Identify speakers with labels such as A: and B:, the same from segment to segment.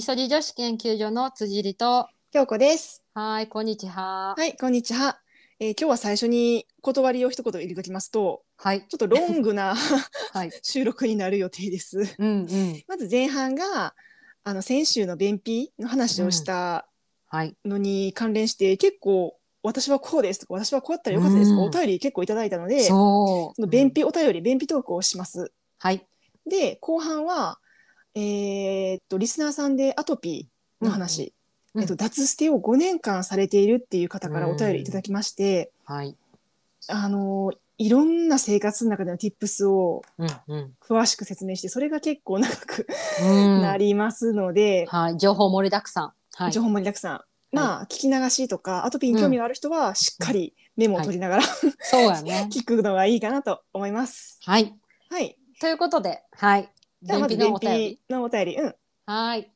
A: そり女子研究所の辻里と。
B: 京子です。
A: はい、こんにちは。
B: はい、こんにちは。えー今日は最初に断りを一言入れときますと、
A: はい、
B: ちょっとロン グな
A: はい。
B: 収録になる予定です。
A: うんうん。
B: まず前半が、あの先週の便秘の話をした
A: はい。
B: のに関連して、結構私はこうですとか、私はこうやったらよかったですとか、
A: うん
B: お便り結構いただいたので、そ
A: そう。
B: の便秘お便り、便秘トークをします。
A: はい。
B: で、後半は、えーっと、リスナーさんでアトピーの話、
A: うんうん
B: えっと、脱ステを5年間されているっていう方からお便りいただきまして、
A: はい。
B: あのいろんな生活の中での tips を
A: うんうん。
B: 詳しく説明してそれが結構長く
A: うん
B: なりますので、
A: はい、情報盛りだくさん。はい
B: 情。報盛りだくさん、まあ聞き流しとかアトピーに興味がある人はしっかりメモを取りながら、。
A: そうやね
B: 聞くのがいいかなと思います。
A: はい。
B: はい、
A: ということで、はい。
B: じゃあ
A: 便
B: ま
A: 秘
B: ず
A: のお
B: 便
A: 便り
B: 秘。のお便り、うん、
A: はい。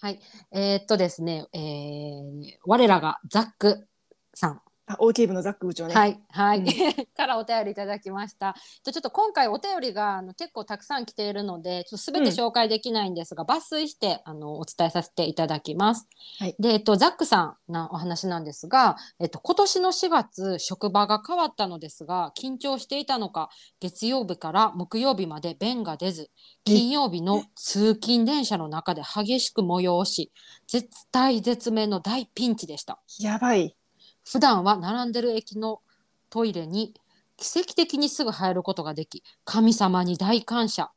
A: はい。えーっとですね、えー、我らがザックさん。
B: あ OK 部のザック部長ね。
A: はい、はい、
B: うん
A: からお便りいただきました。じゃあちょっと今回お便りがあの結構たくさん来ているので、ちょっとすべて紹介できないんですが、抜粋してあのお伝えさせていただきます。
B: はい
A: で、えっとザックさんのお話なんですが、えっと今年の4月職場が変わったのですが、緊張していたのか月曜日から木曜日まで便が出ず、金曜日の通勤電車の中で激しく催し、絶対絶命の大ピンチでした。
B: やばい。
A: 普段は並んでる駅のトイレに奇跡的にすぐ入ることができ神様に大感謝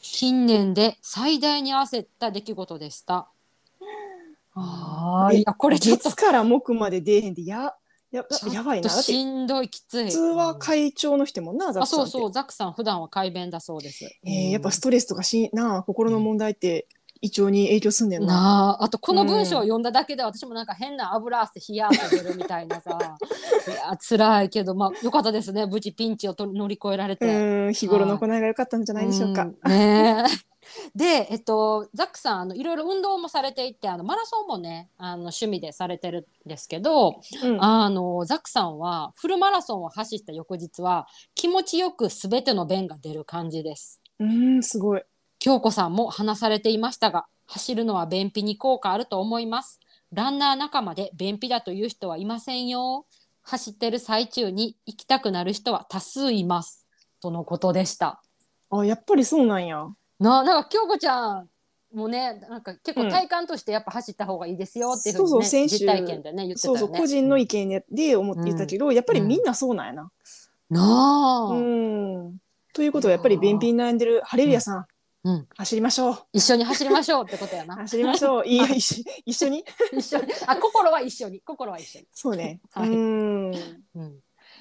A: 近年で最大に焦った出来事でした。あー
B: え
A: いやこれちょっと
B: 月から木まで出えへんでやややばいな。
A: ち
B: だ
A: ょっと
B: って
A: しんどいきつい。
B: 普通は会長の人やもんな、ザッ
A: あ
B: クさん
A: そ
B: っ
A: う
B: て。
A: そうザックさん普段は快便だそうです。
B: えーやっぱス
A: う
B: トレスとかしなあ心の問題って胃腸に影響すんねん
A: ん
B: な。
A: なああとこの文章を読んだだけで私もなんか変な油汗冷や汗出るみたいな さいや辛いけどまあよかったですね無事ピンチをと乗り越えられて。
B: うん日頃の行いが良かったんじゃないでしょうか。
A: うんね えで、えっと、ザックさんあのいろいろ運動もされていてあのマラソンもねあの趣味でされてるんですけど、
B: うん
A: あのザックさんはフルマラソンを走った翌日は気持ちよく全ての便が出る感じです。
B: うんすごい。
A: 京子さんも話されていましたが走るのは便秘に効果あると思いますランナー仲間で便秘だという人はいませんよ走ってる最中に行きたくなる人は多数いますとのことでした
B: あやっぱりそうなんや。
A: ななんか京子ちゃんもねなんか結構体感としてやっぱ走った方がいいですよっていうふうに、ね
B: そうそう先週
A: 実体験でね言ってた
B: そ
A: よ
B: う
A: ね。
B: そう個人の意見でで思っていたけど、やっぱりみんなそうなんやな。
A: なあ、
B: うん。ということはやっぱり便秘に悩んでるハレルヤさん、
A: うん
B: 走りましょう。
A: 一緒に走りましょうってことや な
B: 走りましょう。いや一緒一緒に。
A: 一緒にあ心は一緒に心は一緒に、
B: そうね。
A: はい
B: うん。い
A: うん、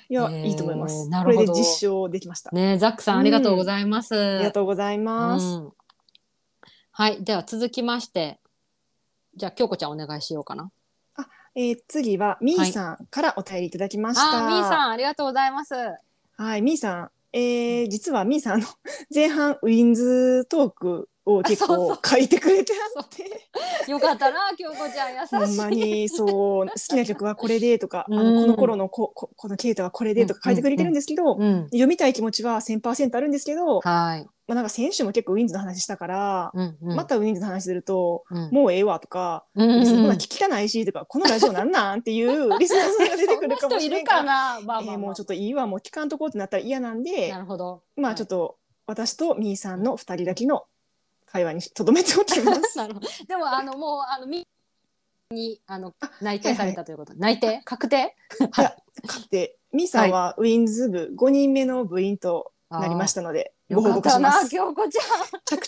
B: や、
A: えー
B: いいと思います。
A: なるほど
B: これで実証できました。
A: ねえザックさんありがとうございます、
B: ありがとうございます。
A: うんはいでは続きましてじゃあ京子ちゃんお願いしようかな
B: えー次はみーさんからお便りいただきまし
A: あ
B: た。
A: みーさんありがとうございます
B: はい、みーさん。えー実はみーさんの 前半ウィンズトークを結
A: あそう
B: 構書いてくれてあって、
A: よかったな京子ちゃん優しい
B: ほんまにそう好きな曲はこれでとか、
A: う
B: あ
A: ん
B: のこの頃のこここのケイタはこれでとか書いてくれてるんですけど、
A: うん
B: 読みたい気持ちは1000%あるんですけど、ま
A: はい、
B: あなんか先週も結構ウィンズの話したから、
A: うんうん、
B: またウィンズの話すると、
A: うん、
B: もうええわとか、
A: うんうんうん、
B: そんな聞きたないしとか、このラジオなんなんっていうリスナーさんが出てくるか
A: そんな
B: もし
A: 人い
B: れん
A: る
B: か、
A: からな。まあまあ
B: え
A: まあ、
B: ーもうちょっといいわ、もう聞かんとこうってなったら嫌なんで、
A: なるほど。
B: まあちょっと私とみーさんの2人だけの会話にとどめておきま す。
A: なるほど。でもあのもうあのみにあの内定されたということ。内定確定？。
B: でみーさんはウィンズ部5人目の部員となりましたたのでご
A: よ
B: 報
A: かった
B: 告しま
A: な、
B: す。
A: 京子ち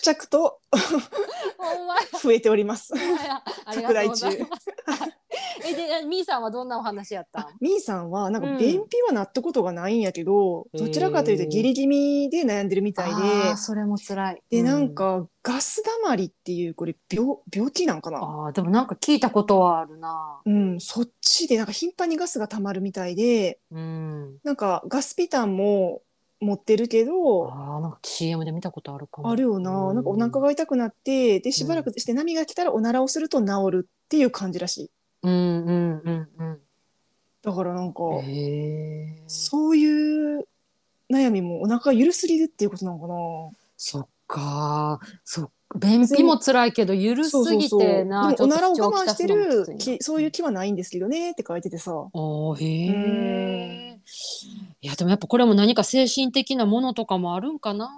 B: 着々と
A: ゃん。ほんまや。
B: 増えております。
A: ありがとうございます。えでみーさんはどんなお話やったん
B: あ？みーさんはなん
A: う
B: か
A: ん
B: 便秘はなったことがないんやけど、
A: へー
B: どちらかというとギリギリで悩んでるみたい
A: あーそれも辛い。
B: で、で
A: う
B: なん。かガス溜まりっていうこれ病病気なんかな。
A: ああでもなんか聞いたことはあるな。
B: うん、そっちでなんか頻繁にガスが溜まるみたいで、
A: うん。
B: なんかガスピタンも持ってるけど、
A: ああなんか CM で見たことあるかも。
B: あるよな。なんかお腹
A: が。
B: が痛くなって、で、しばらくして波が来たらおならをすると治るっていう感じらしい。
A: うんうんうんうん。
B: だからなんか、
A: へえ。
B: そういう悩みもお腹がゆるすぎるっていうことなのかな。
A: そっかーそっ便秘も辛いけど緩すぎてな
B: でもおならを
A: ちょっと
B: 我
A: 口
B: 慢
A: き
B: して
A: たすのも
B: る
A: きついな
B: きそういう気はないんですけどねって書いててさ
A: おーへ
B: う
A: えいやでもやっぱこれも何か精神的なものとかもあるんかな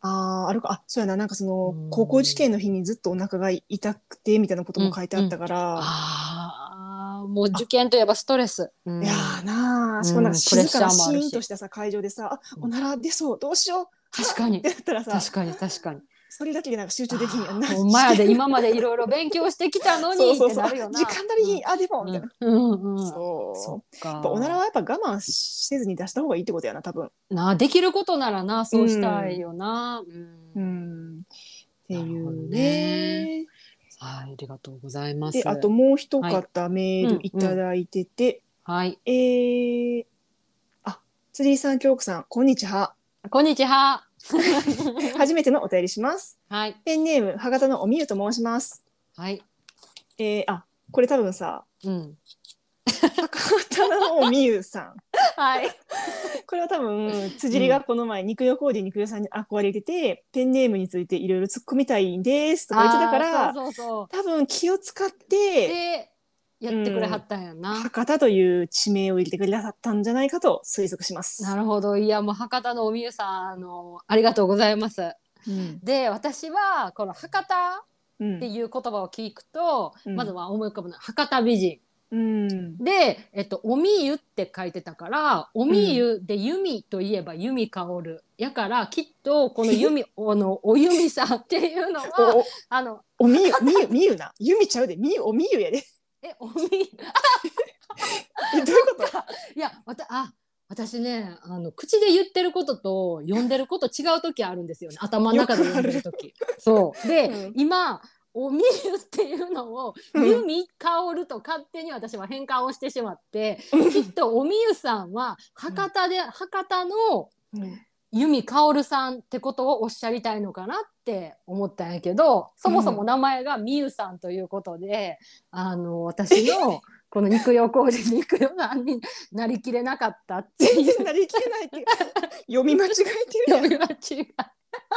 B: あーあるかあそうやななんかその
A: うん
B: 高校受験の日にずっとお腹が痛くてみたいなことも書いてあったから、
A: あーもう受験といえばストレス、うん
B: いやーな
A: う
B: あ
A: ん
B: そこなんか静か
A: プレ
B: な
A: ッシャーもあ
B: シ
A: るし
B: ーンとしたさ会場でさあ
A: うん
B: おなら出そうどうしようっ
A: 確かに
B: てなったらさ
A: 確かに確 かに
B: それだけでなんか集中できんやんな
A: お前やで今までいろいろ勉強してきたのに
B: そう
A: っ
B: そ
A: てな
B: うそう時
A: るよ
B: 間
A: な
B: 足りひんあでもみたいな、
A: うんうんうん
B: そう
A: そっ
B: や
A: か
B: っぱおならはやっぱ我慢せずに出した方がいいってことやな多分
A: なあできることならなそうしたいよな、うん
B: うんってい
A: なるほど
B: う
A: ね
B: ね
A: はいありがとうございます
B: であともう一方メールいただいてて、
A: はい
B: えー、あ、釣りさん、京子さん、こんにちは。
A: こんにちは
B: 初めてのお便りします。
A: はい
B: ペンネーム、博多のおみゆと申します。
A: はい
B: えー、あ、これ多分 さ、
A: うん
B: 博多のおみゆさ
A: はい
B: ん。これは多分、辻りがこの前、肉用コーディ肉用さんに憧れてて、ペンネームについていろいろ突っ込みたいんですとか言ってたから、
A: あーそうそうそう
B: 多分気を使って、
A: でやってくれはったんやな、
B: 博多という地名を入れてくださったんじゃないかと推測します。
A: なるほどいやもう博多のおみゆさんあのありがとうございます
B: うん
A: で私はこの博多
B: う
A: って
B: ん
A: いう言葉を聞くと、
B: うん
A: まずは思い浮かぶのは博多美人
B: うん
A: で、えっと、おみゆって書いてたから、おみゆで弓といえば弓香る。やから、きっと、この弓、あの、お弓さんっていうのは、
B: おお
A: あの、
B: おみゆ、みゆ、みゆな。ゆみちゃうで、みゆ、おみゆやで。
A: え、 おみ、
B: え、どういうこと。
A: いや、わた、あ、私ね、あの、口で言ってることと、読んでること違う時あるんです よね。頭の中で読んでる時。そう。で、
B: うん
A: 今、おみゆっていうのを、
B: うん
A: 弓香ると勝手に私は変換をしてしまって、きっとおみゆさんは、博多で、博多の、由美かおるさんってことをおっしゃりたいのかなって思ったんやけどそもそも名前がみゆさんということで、あの私のこの肉用工事肉用さんになりきれなかったって
B: 全
A: いう
B: 然なりきれないっていう。読み間違えてるやん。
A: 読み間違い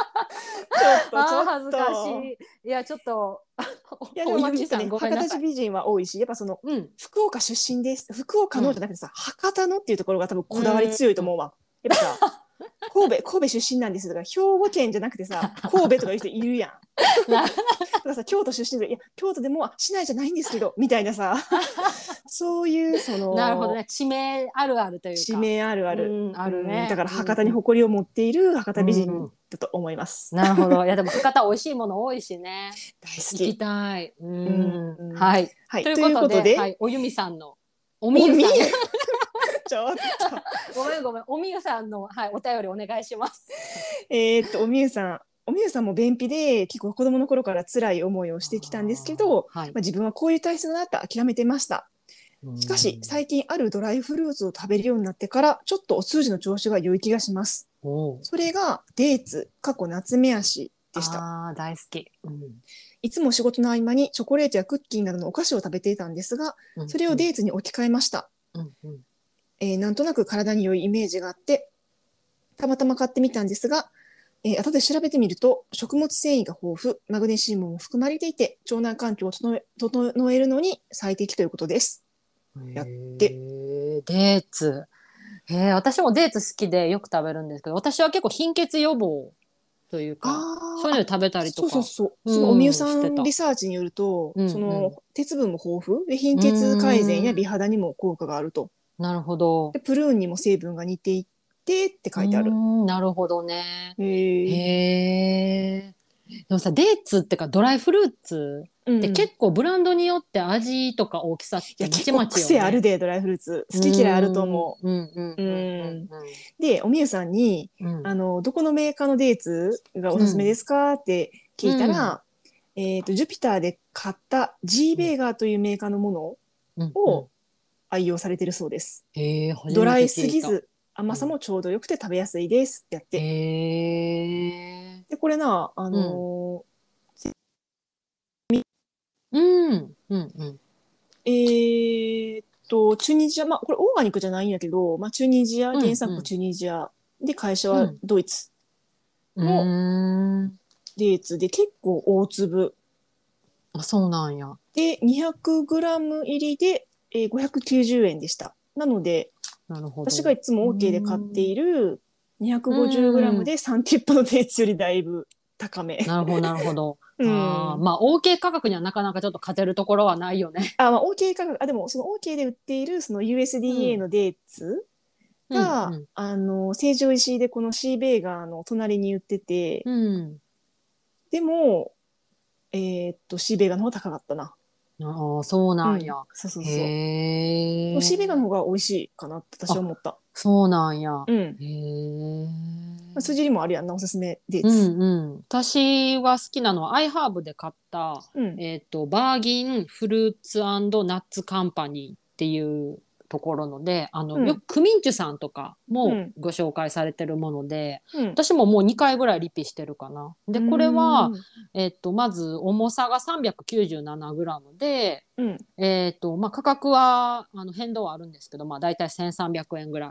A: あー
B: ちょっと、ちょっと。
A: 恥ずかしいいやちょっと
B: いや、で
A: お
B: も、まあ
A: ゆ
B: ちょ
A: み
B: っと
A: さ
B: ね、
A: んご
B: 博
A: めんな
B: 多
A: さ
B: 市
A: い。
B: 美人は多いし、やっぱその。
A: うん、
B: 福岡出身です。福岡のじゃなくてさ、博多のっていうところが多分こだわり強いと思うわ。やっぱさ。神戸、神戸出身なんですとか、兵庫県じゃなく てさ、神戸とかいう人いるやん。
A: な
B: とかさ、京都出身で、いや、京都でも、あ市内じゃないんですけど、みたいなさ。そういう、その。
A: なるほどね地名あるあるというか
B: 地名あるある。
A: うんあるね
B: うんだから博多に誇りを持っている博多美人だと思います。
A: なるほどいやでも博多美味しいもの多いしね
B: 大
A: 行
B: 好
A: き
B: き。
A: たいうん、
B: うん
A: はい
B: はい。
A: と
B: と
A: い
B: いうう
A: こと
B: こと
A: で、
B: で、
A: はい、おゆみさんの。お
B: お
A: みゆ
B: みゆ
A: さん。
B: ちょっと
A: ごめんごめん、おみゆさんの、はい、お便りお願いします。
B: えーっとおみゆさん、おみゆさんも便秘で結構子供の頃から辛い思いをしてきたんですけど、
A: はい
B: まあ、。自分はこういう体質だなって諦めてました。しかし最近あるドライフルーツを食べるようになってからちょっとお通じの調子が良い気がします。
A: 後
B: それがデーツ過去夏目足でした。
A: ああ、大好き。うん
B: いつも仕事の合間にチョコレートやクッキーなどのお菓子を食べていたんですが、それをデーツに置き換えました。
A: うんうん
B: えーなんとなく体に良いイメージがあってたまたま買ってみたんですが、えー後で調べてみると食物繊維が豊富マグネシウムも含まれていて腸内環境を整え整えるのに最適ということです。
A: うん。
B: やって
A: デーツ。へえ、私もデーツ好きでよく食べるんですけど、私は結構貧血予防というか、
B: あ
A: そういうの食べたりと
B: そう
A: か。
B: そうそう、
A: うん
B: そのおみゆさ
A: して
B: ん
A: た
B: リサーチによると、
A: うん
B: そ
A: うん
B: の鉄分も豊富で貧血改善や美肌にも効果があると
A: なるほど
B: で。プルーンにも成分が似ていてって書いてある
A: う。んなるほどね。
B: へえ
A: へえ。でもさ、デーツってかドライフルーツ
B: うん
A: で結構ブランドによって味とか大きさっ
B: い
A: て
B: や
A: まち
B: 結
A: ま
B: 構
A: ちよ、ね、
B: 癖あるでドライフルーツ好き嫌いあると思
A: う。うんうんうん
B: う。でおみゆさんに
A: うんうん
B: あのどこのメーカーのデーツがおすすめですか、って聞いたら、えっ、とジュピターで買った G ベーガーというメーカーのものを
A: うん
B: を愛用されてるそうです。
A: へえ初めて聞いた
B: ドライすぎず甘さもちょうどよくて食べやすいですってやって、
A: へえ
B: でこれなあの
A: うんうんうん
B: ーえーっとチュニジアまあこれオーガニックじゃないんやけど、まあ、チュニジア
A: うん
B: 原産国チュニジア、で会社
A: う
B: は
A: ん
B: ドイツ、
A: うーん
B: デーツで結構大粒
A: あそうなんや。
B: で 200g 入りで、えー590円でしたなので
A: なるほど。
B: 私がいつも OK で買っている 250g で3ティップのデーツよりだいぶ高め、
A: なるほどなるほど。
B: うん
A: あー
B: あ
A: まあ OK 価格にはなかなかちょっと勝てるところはないよね。
B: まあ OK 価格あでもその OK で売っているその USDA のデーツが、
A: うん
B: あの成城石井でこのシーベーガーの隣に売ってて、
A: うん。
B: でもえーっとシーベーガーの方が高かったな
A: ああそうなんや。
B: そうそうそう
A: へえ。
B: シーベーガーの方が美味しいかなって私は思った
A: そうなんや。
B: うん
A: へえ。
B: まあ、筋にもあるやんなおすすめデー
A: う
B: ツ、
A: んうん、私は好きなのはアイハーブで買った、
B: うん
A: えっとバーギンフルーツナッツカンパニーっていうところのであの、
B: うん
A: よくクミンチュさんとか
B: う
A: も
B: ん
A: ご紹介されてるもので、
B: うん
A: 私ももう2回ぐらいリピしてるかな。でこれは、えっとまず重さが 397g で、
B: うん
A: えっとまあ、価格はあの変動はあるんですけど、まあ、大体1300円ぐらい。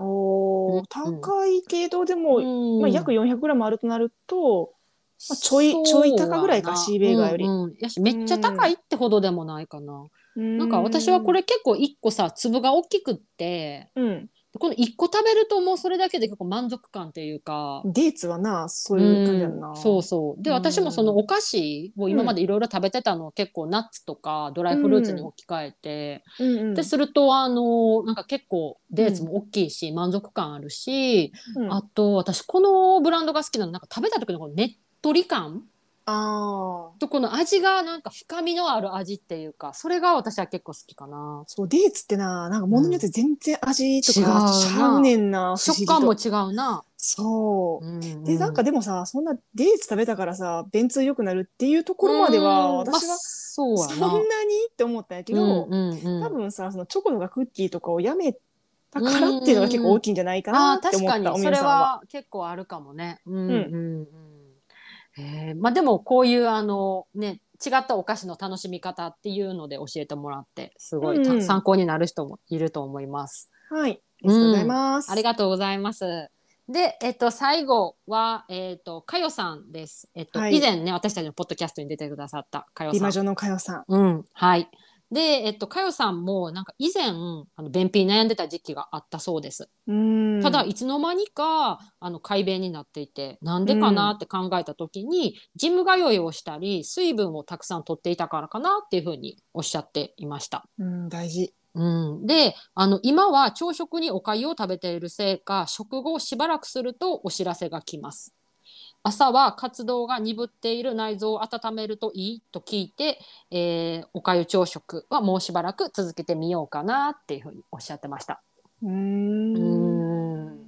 B: おー
A: うん
B: 高いけどでも、
A: うん
B: まあ、約 400g あるとなると、まあちょい
A: そう
B: ちょい高ぐらいか
A: やな
B: シーベーガーより
A: うんうんやしめっちゃ高いってほどでもないかな、なんか私はこれ結構一個さ粒が大きくって
B: うん、
A: この一個食べるともうそれだけで結構満足感っていうか。
B: デーツはなそういう感じやんな、
A: うんそうそうで
B: うん
A: 私もそのお菓子を今までいろいろ食べてたのを結構ナッツとかドライフルーツに置き換えて、
B: うんうん
A: でするとあのなんか結構デーツも大きいし満足感あるし、
B: うん
A: あ
B: あ
A: と私このブランドが好きなのなんか食べた時のこのねっとり感
B: あー
A: とこの味がなんか深みのある味っていうかそれが私は結構好きかな
B: そうデーツってななんか物によって全然味とか
A: うん
B: がちゃうねんな不思
A: 食
B: 議と
A: 感も違うな、
B: そう、
A: うん
B: でなんかでもさそんなデーツ食べたからさ便通良くなるっていうところまでは
A: うん
B: 私
A: まあ
B: は
A: そう
B: そ
A: や
B: ん
A: な
B: なにって思ったんやけど、
A: うんうんうん
B: 多分さそのチョコとかクッキーとかをやめたからっていうのが結構大きいんじゃないか
A: あ
B: な
A: あ
B: って
A: 確
B: 思っ
A: か
B: たお
A: にそ
B: みや
A: れ
B: さんは。
A: は結構あるかもねうんうんうんへえまあでもこういうあのね違ったお菓子の楽しみ方っていうので教えてもらってすごいた、
B: うんうん
A: 参考になる人もいると思います
B: はい、ありがとうございます。
A: ありがとうございます。で、えっと、最後は、えっと、かよさんです。えっと、
B: はい
A: 以前ね、私たちのポッドキャストに出てくださったかよ
B: 美
A: さ
B: 魔
A: ん。
B: 女のかよさん。
A: うん、はい。で、えっと、かよさんも、なんか以前、あの便秘に悩んでた時期があったそうです。
B: うーん
A: ただ、いつの間にか、あの、快便になっていて、なんでかなって考えた時に、ジム通いをしたり、水分をたくさん取っていたからかなっていうふうにおっしゃっていました。
B: うん大事。
A: うん、であの今は朝食にお粥を食べているせいか食後しばらくするとお知らせが来ます朝は活動が鈍っている内臓を温めるといいと聞いて、えーお粥朝食はもうしばらく続けてみようかなっていうふうにおっしゃってました
B: うー
A: うんん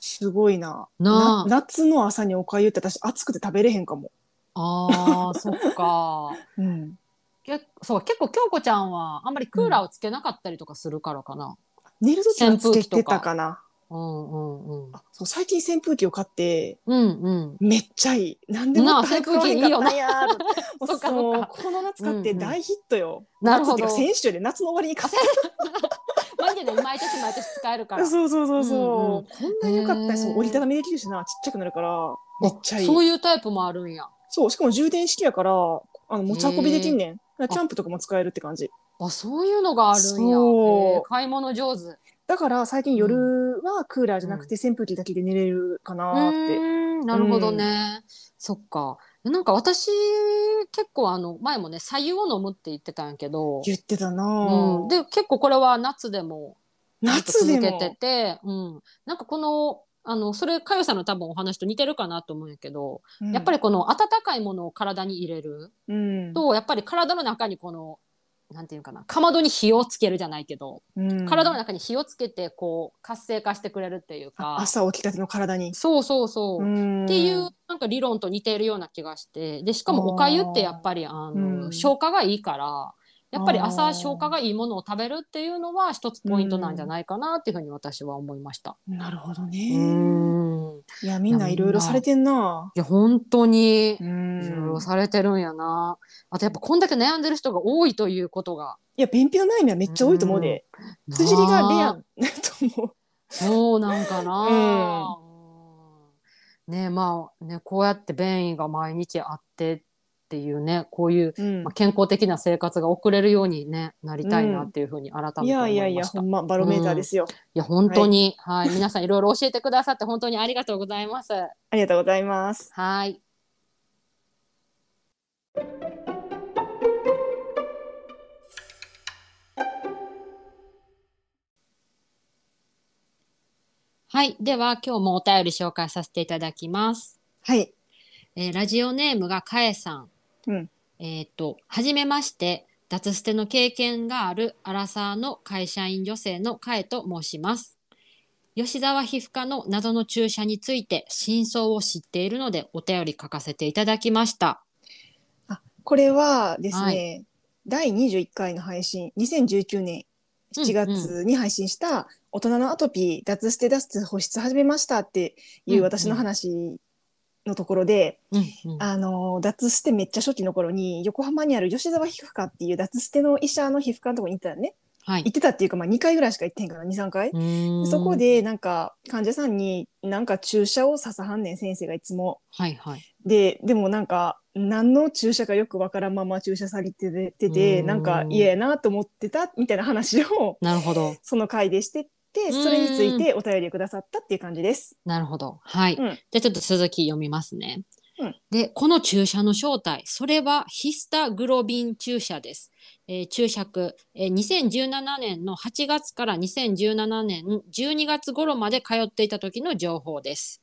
B: すごいな
A: なあ
B: 夏の朝におかゆって私暑くて食べれへんかも。
A: あーそっか
B: うん、
A: けそう結構京子ちゃんはあんまりクーラーをつけなかったりとかするからかな、
B: 寝る時はつけ
A: 扇風機と
B: て
A: か
B: たかな。
A: うん、うんうんうん
B: あそう最近扇風機を買って
A: うん
B: めっちゃいい。なんでもっと早く買わへんかったんやーと。もう
A: そっかそっか
B: この夏買って大ヒットよ。
A: うんなるほど
B: 夏っていうか先週で夏の終わりに買った。
A: マジで毎年毎年使えるから
B: そうそうそうそう。こんなに良かった
A: へー
B: り、その折りたたみできるしな、ちっちゃくなるから、めっちゃいい。
A: そ
B: そうう
A: いうタイプもあるんや
B: しかも充電式やから、あの持ち運びできんねん。だからキャンプとかも使えるって感じ。
A: あそういうのがあるんや、
B: そう
A: えー買い物上手
B: だから最近夜はクーラーじゃなくて扇風機だけで寝れるか
A: う
B: なーって。
A: ーんなるほどね、そっかなんか私結構あの前もね白湯を飲むって言ってたんやけど、
B: 言ってたな
A: うん、
B: ー。
A: で結構これは夏でも
B: 夏で
A: ずっと続けて
B: も。
A: て、うん、なんかこのあのそれかよさんの多分お話と似てるかなと思うんやけど、やっぱ
B: り、
A: りこの温かいものを体に入れる
B: うん
A: とやっぱり体の中にこのなんていうかなかまどに火をつけるじゃないけど、
B: うん
A: 体の中に火をつけてこう活性化してくれるっていうか、
B: 朝起きたての体に。
A: そうそうそう、
B: っ
A: っていうなんか理論と似ているような気がしてでしかもおかゆってやっぱりあの、
B: うん
A: 消化がいいからやっぱり
B: あ
A: 朝
B: ー
A: 消化がいいものを食べるっていうのは一つポイントなんじゃないかなっていうふうに私は思いました。
B: なるほど
A: う
B: ね。
A: んい
B: いや、みんないろいろされてんな。
A: や本当に
B: う
A: いろい
B: ん
A: ろ。されてるんやな。あとやっぱこんだけ悩んでる人が多いということが。
B: いや、便秘の悩みはめっちゃ多いと思うで。辻りがレア
A: なあ。
B: と思う。
A: そうなんかな。うんねまあねこうやって便意が毎日あってっていうねこういう、
B: うん
A: まあ、健康的な生活が送れるように、ね、なりたいなっていうふうに改めて思
B: い
A: いました、
B: やいやいや、ほんま、バロメーターですよ。
A: いや本当に、はい、皆さんいろいろ教えてくださって本当にありがとうございます。
B: ありがとうございます。
A: はい。はい、では今日もお便り紹介させていただきます。
B: はい。
A: えーラジオネームがかえさん。
B: うん。
A: えっ、と、はじめまして、脱捨ての経験があるアラサーの会社員女性のかえと申します。吉沢皮膚科の謎の注射について真相を知っているのでお便り書かせていただきました。
B: あ、これはですね、
A: は
B: 第21回の配信、2019年7月に配信した、大人のアトピー、脱捨て脱出保湿始めましたってい
A: うんう
B: うん私の話のところで、
A: うんうん
B: あの、脱捨てめっちゃ初期の頃に、横浜にある吉沢皮膚科っていう脱捨ての医者の皮膚科のとこに行ってたのね。
A: はい
B: 行ってたっていうか、まあ2回ぐらいしか行ってへんから、2、3回。
A: うーん
B: そこでなんか患者さんになんか注射を刺さはんねん先生がいつも。
A: はいはい。
B: ででもなんか何の注射かよくわからんまま注射されてて
A: う
B: て
A: ん
B: なんか嫌やなと思ってたみたいな話を
A: なるほど。
B: その回でしてってそれについてお便りをくださったっていう感じです。
A: なるほど。はい。
B: うん
A: じゃあちょっと続き読みますね。
B: うん
A: で、この注射の正体、それはヒスタグロビン注射です。えー注釈、えー2017年の8月から2017年12月頃まで通っていた時の情報です。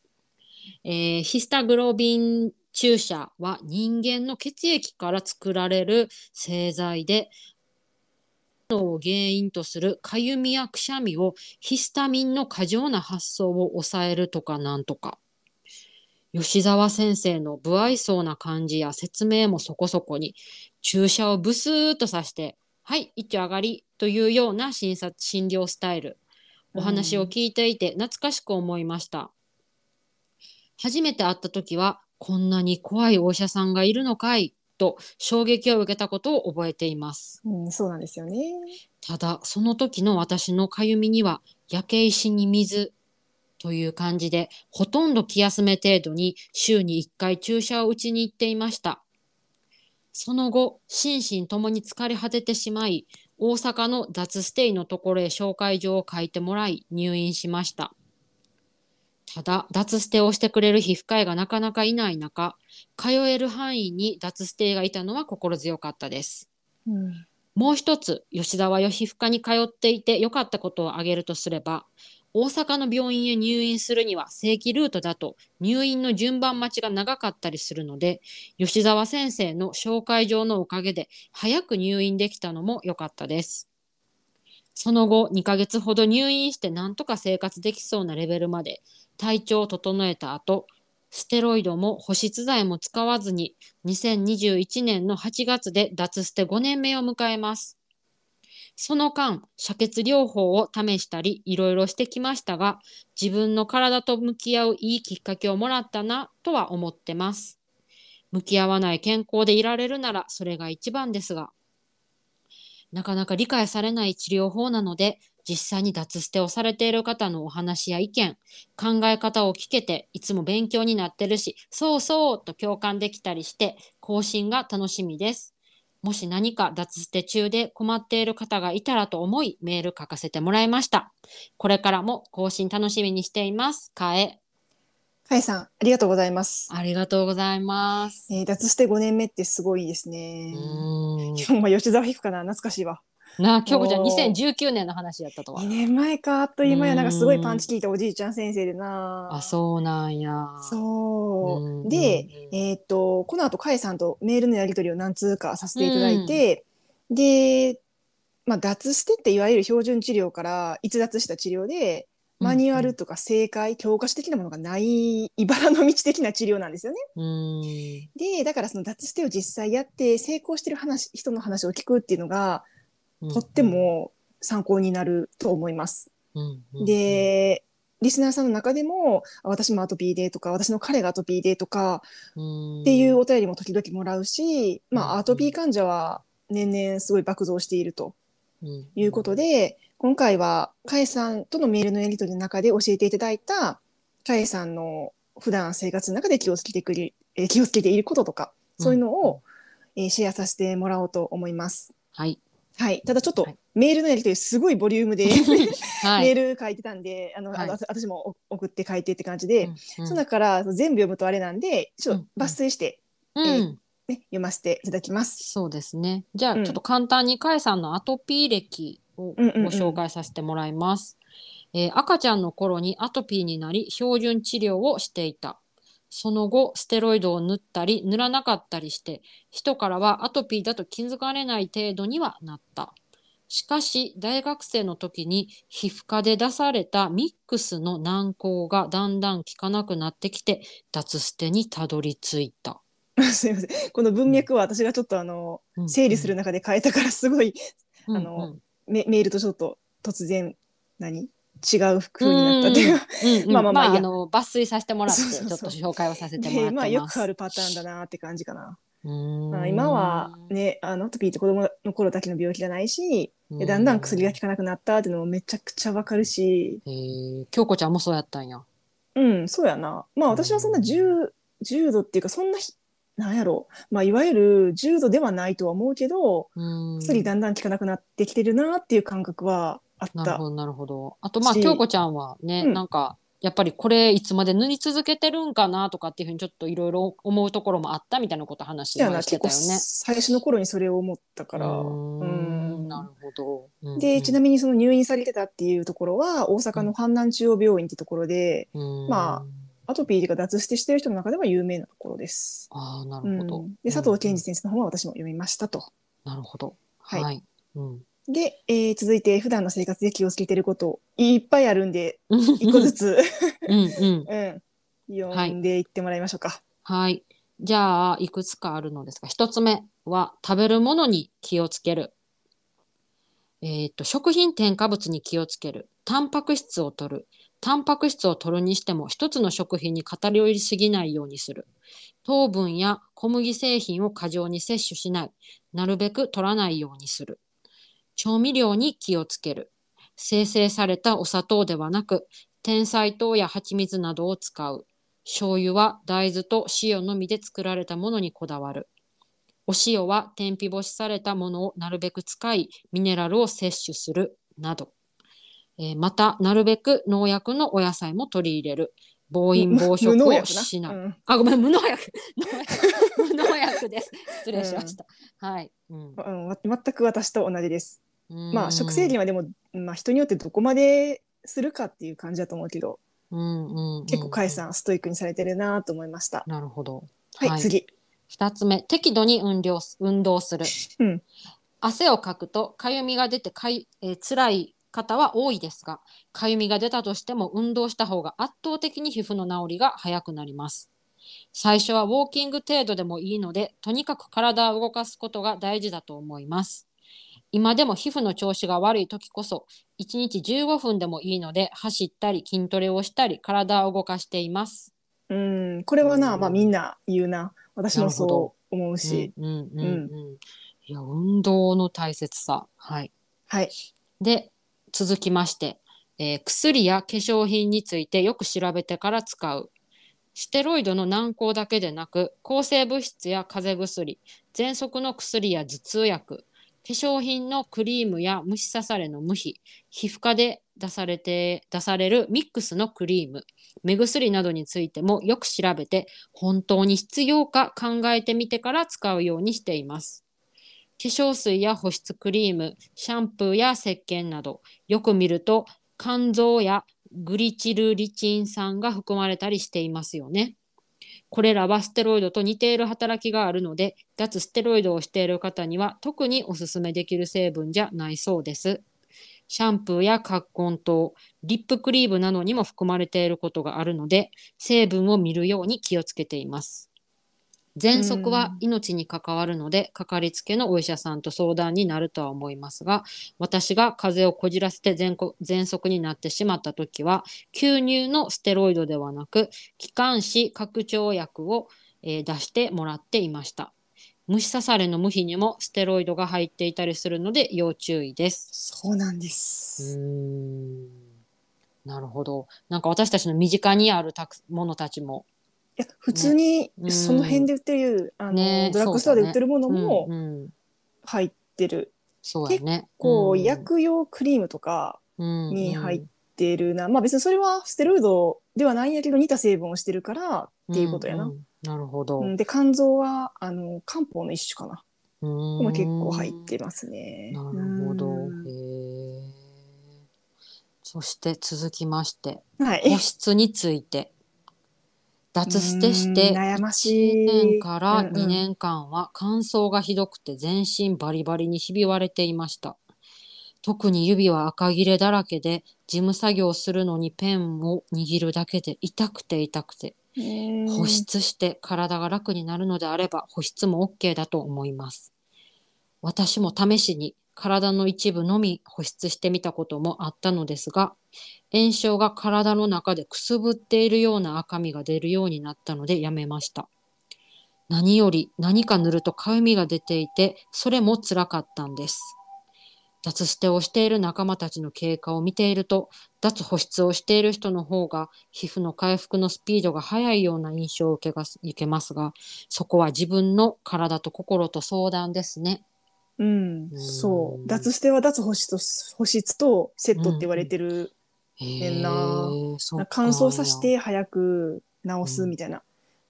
A: えーヒスタグロビン注射は人間の血液から作られる製剤で、脳を原因とするかゆみやくしゃみをヒスタミンの過剰な発想を抑えるとかなんとか。吉沢先生の不愛想な感じや説明もそこそこに、注射をブスーっとさして、はい、一丁上がりというような診察診療スタイル。お話を聞いていて懐かしく思いました。初めて会った時は、こんなに怖いお医者さんがいるのかいと衝撃を受けたことを覚えています。
B: うん、そうなんですよね。
A: ただその時の私のかゆみには焼け石に水という感じでほとんど気休め程度に週に1回注射を打ちに行っていましたその後心身ともに疲れ果ててしまい大阪の脱ステイのところへ紹介状を書いてもらい入院しましたただ脱ステをしてくれる皮膚科医がなかなかいない中通える範囲に脱ステがいたのは心強かったです
B: うん、
A: もう一つ吉田は皮膚科に通っていて良かったことを挙げるとすれば大阪の病院へ入院するには正規ルートだと入院の順番待ちが長かったりするので吉沢先生の紹介状のおかげで早く入院できたのも良かったですその後2ヶ月ほど入院してなんとか生活できそうなレベルまで体調を整えた後ステロイドも保湿剤も使わずに2021年の8月で脱ステ5年目を迎えます。その間、遮血療法を試したり、いろいろしてきましたが、自分の体と向き合ういいきっかけをもらったなとは思ってます。向き合わない健康でいられるなら、それが一番ですが、なかなか理解されない治療法なので、実際に脱ステをされている方のお話や意見、考え方を聞けていつも勉強になってるしそうそうと共感できたりして更新が楽しみですもし何か脱捨て中で困っている方がいたらと思いメール書かせてもらいましたこれからも更新楽しみにしていますかえ
B: かえさんありがとうございます。
A: ありがとうございます
B: えー、脱して5年目ってすごいですね
A: う。ーん
B: 今日も吉沢皮膚科な懐かしいわ。
A: なあ京子ちゃん
B: おー
A: 2019年の話やったとは
B: 2年前かあっという間やなんかすごいパンチ
A: う
B: 効いたおじいちゃん先生でな。
A: あそうなんや
B: そう。
A: うん
B: で
A: うんうん、
B: えーっと、この後、かえさんとメールのやり取りを何通かさせていただいて、で、まあ、脱捨てっていわゆる標準治療から逸脱した治療で、マニュアルとか正解、教科書的なものがない、茨の道的な治療なんですよね。
A: うんうん
B: で、だからその脱捨てを実際やって成功してる話、人の話を聞くっていうのが、
A: うん
B: とっても参考になると思います。
A: うんうん
B: で、リスナーさんの中でも、あ私もアトピーでとか、私の彼がアトピーでとか
A: うん
B: っていうお便りも時々もらうし、ま
A: うん
B: あ、アトピー患者は年々すごい爆増していると
A: うん
B: いうことで、今回は、かえさんとのメールのやり取りの中で教えていただいた、かえさんの普段生活の中で気をつけてくれ、えー気をつけていることとか、そういうのを、えーシェアさせてもらおうと思います。
A: はい。
B: はい。ただちょっと
A: はい
B: メールのやりとりすごいボリュームで、
A: は
B: メ
A: い。
B: ール書いてたんで、あの、あの
A: はい
B: 私も送って書いてって感じで、
A: うん
B: そうだから全部読むとあれなんで、ちょっと抜粋して、
A: うんうん
B: ね読ませていただきます。
A: そうですね。じゃあ、
B: うん
A: ちょっと簡単にカエさんのアトピー歴をご
B: うんうんうん
A: 紹介させてもらいます。えー赤ちゃんの頃にアトピーになり標準治療をしていた。その後ステロイドを塗ったり塗らなかったりして人からはアトピーだと気づかれない程度にはなった。しかし大学生の時に皮膚科で出されたミックスの軟膏がだんだん効かなくなってきて脱ステにたどり着いた。
B: すいません。この文脈は私がちょっとあの、
A: うん
B: 整理する、中で変えたから、すごい
A: うん
B: あの
A: うん
B: メメールとちょっと突然、何違う風になったっていうか
A: うんうん
B: まあまあまあいいや
A: の抜粋させてもらって
B: そうそう
A: ちょ
B: そう
A: っと紹介をさせてもら
B: で、まあ
A: って
B: よ
A: ます。
B: くあるパターンだなって感じかな。
A: うーん
B: まあ、今はね、あのアトピーって子供の頃だけの病気じゃないし、でだんだん薬が効かなくなったっていうのもめちゃくちゃわかるし、
A: えー、京子ちゃんもそうやったんや。
B: うん、そうやな。まあ私はそんな重重度っていうか、そんなひ、なんやろう、まあいわゆる重度ではないとは思うけど、
A: うーん
B: 薬だんだん効かなくなってきてるなっていう感覚はあっ
A: なる
B: た
A: ほ。どなるほど。あとまあ
B: し
A: 京子ちゃんはね、
B: うん
A: なんかやっぱりこれいつまで塗り続けてるんかなとかっていうふうにちょっといろいろ思うところもあったみたいなこと話
B: そうや
A: 前
B: な
A: して
B: 結
A: た
B: 構
A: よね。
B: 最初の頃にそれを思ったから。
A: うー
B: うんん
A: なるほど。うんうん
B: でちなみにその入院されてたっていうところは大阪の阪南中央病院ってところで
A: うーん
B: まアトピーというか脱してしてる人の中では有名なところです。
A: ああな
B: う
A: るほ
B: ん
A: ど。、
B: で佐藤健二
A: 生。
B: 先生の本は私も読みましたと。
A: なるほど。
B: はい
A: はい。うん。
B: で、えー続いて普段の生活で気をつけてることいっぱいあるんで一
A: 一
B: 個ず。つ、
A: うんうん。
B: うん、読んでいってもらいましょうか。
A: はい。じゃあ、いくつかあるのですが、一つ目は、食べるものに気をつける。えっと、食品添加物に気をつける。タンパク質を取る。タンパク質を取るにしても、一つの食品に偏りすぎないようにする。糖分や小麦製品を過剰に摂取しない。なるべく取らないようにする。調味料に気をつける。生成されたお砂糖ではなく、甜菜糖や蜂蜜などを使う。醤油は大豆と塩のみで作られたものにこだわる。お塩は天日干しされたものをなるべく使い、ミネラルを摂取するなど。えーまた、なるべく農薬のお野菜も取り入れる。暴飲暴食
B: 無農
A: を
B: 薬
A: しない。
B: うん
A: あ、ごめん、無農薬。 農薬無農薬です。失礼しました。はい。うん
B: うんわ全く私と同じです。まあ食制。
A: うん
B: 限はでも、まあ、人によってどこまでするかっていう感じだと思うけど
A: うんうんうん、
B: 結構甲斐さんストイックにされてるなと思いました。
A: なるほど。
B: はい、次。
A: 二つ目、適度に運動す運動する。
B: うん
A: 汗をかくとかゆみが出てかい、えー、辛い方は多いですが、かゆみが出たとしても運動した方が圧倒的に皮膚の治りが早くなります。最初はウォーキング程度でもいいので、とにかく体を動かすことが大事だと思います。今でも皮膚の調子が悪い時こそ、1日15分でもいいので、走ったり筋トレをしたり、体を動かしています。
B: うんこれはな、
A: うん
B: まあ、みんな言うな私も
A: なるほ
B: そう思うし、
A: うんうんうんうん、いや運動の大切さ。はい、
B: はい、
A: で続きまして、えー薬や化粧品についてよく調べてから使う。ステロイドの軟膏だけでなく抗生物質や風邪薬喘息の薬や頭痛薬化粧品のクリームや虫刺されの無比皮膚科で出されて出されるミックスのクリーム目薬などについてもよく調べて本当に必要か考えてみてから使うようにしています化粧水や保湿クリームシャンプーや石鹸などよく見ると肝臓やグリチルリチン酸が含まれたりしていますよねこれらはステロイドと似ている働きがあるので脱ステロイドをしている方には特におすすめできる成分じゃないそうですシャンプーや葛根糖リップクリームなどにも含まれていることがあるので成分を見るように気をつけています喘息は命に関わるのでかかりつけのお医者さんと相談になるとは思いますが私が風邪をこじらせて喘こ喘息になってしまった時は吸入のステロイドではなく気管支拡張薬を、えー出してもらっていました虫刺されの無比にもステロイドが入っていたりするので要注意です
B: そうなんで
A: う
B: す。
A: ーんなるほど。なんか私たちの身近にあるたくものたちも。
B: いや普通に
A: うん
B: その辺で売ってる、あの
A: ね
B: ドラッグストアで売ってるもの
A: う
B: も
A: んうん、
B: 入ってる、
A: そうやね。
B: こう
A: うん
B: 薬用クリームとかに入っ
A: って
B: るな、まあ別にそれはステロイドではないんやけど似た成分をしてるからっていうことやな。
A: んんなるほど。
B: うんで肝臓はあの漢方の一種かな、
A: も
B: も結構入ってますね。
A: なるほど。へ
B: うん
A: え。そして続きまして、
B: はい。
A: 保湿について。脱ステし
B: う
A: て
B: ん悩まし
A: 1
B: い
A: 年から
B: うんうん
A: 2年間は乾燥がひどくて全身バリバリにひび割れていました。特に指は赤切れだらけで事務作業をするのにペンを握るだけで痛くて痛くて
B: うん
A: 保湿して体が楽になるのであれば保湿も OK だと思います。私も試しに体の一部のみ保湿してみたこともあったのですが炎症が体の中でくすぶっているような赤みが出るようになったのでやめました。何より何か塗るとかゆみが出ていてそれも辛かったんです。脱捨てをしている仲間たちの経過を見ていると脱保湿をしている人の方が皮膚の回復のスピードが速いような印象を受けが受けますがそこは自分の体と心と相談ですね。
B: うん、
A: うん
B: そう脱捨ては脱保湿と保湿とセットって言われてる、
A: へ
B: んな
A: ーそうか
B: 乾燥させて早く治すみたいな、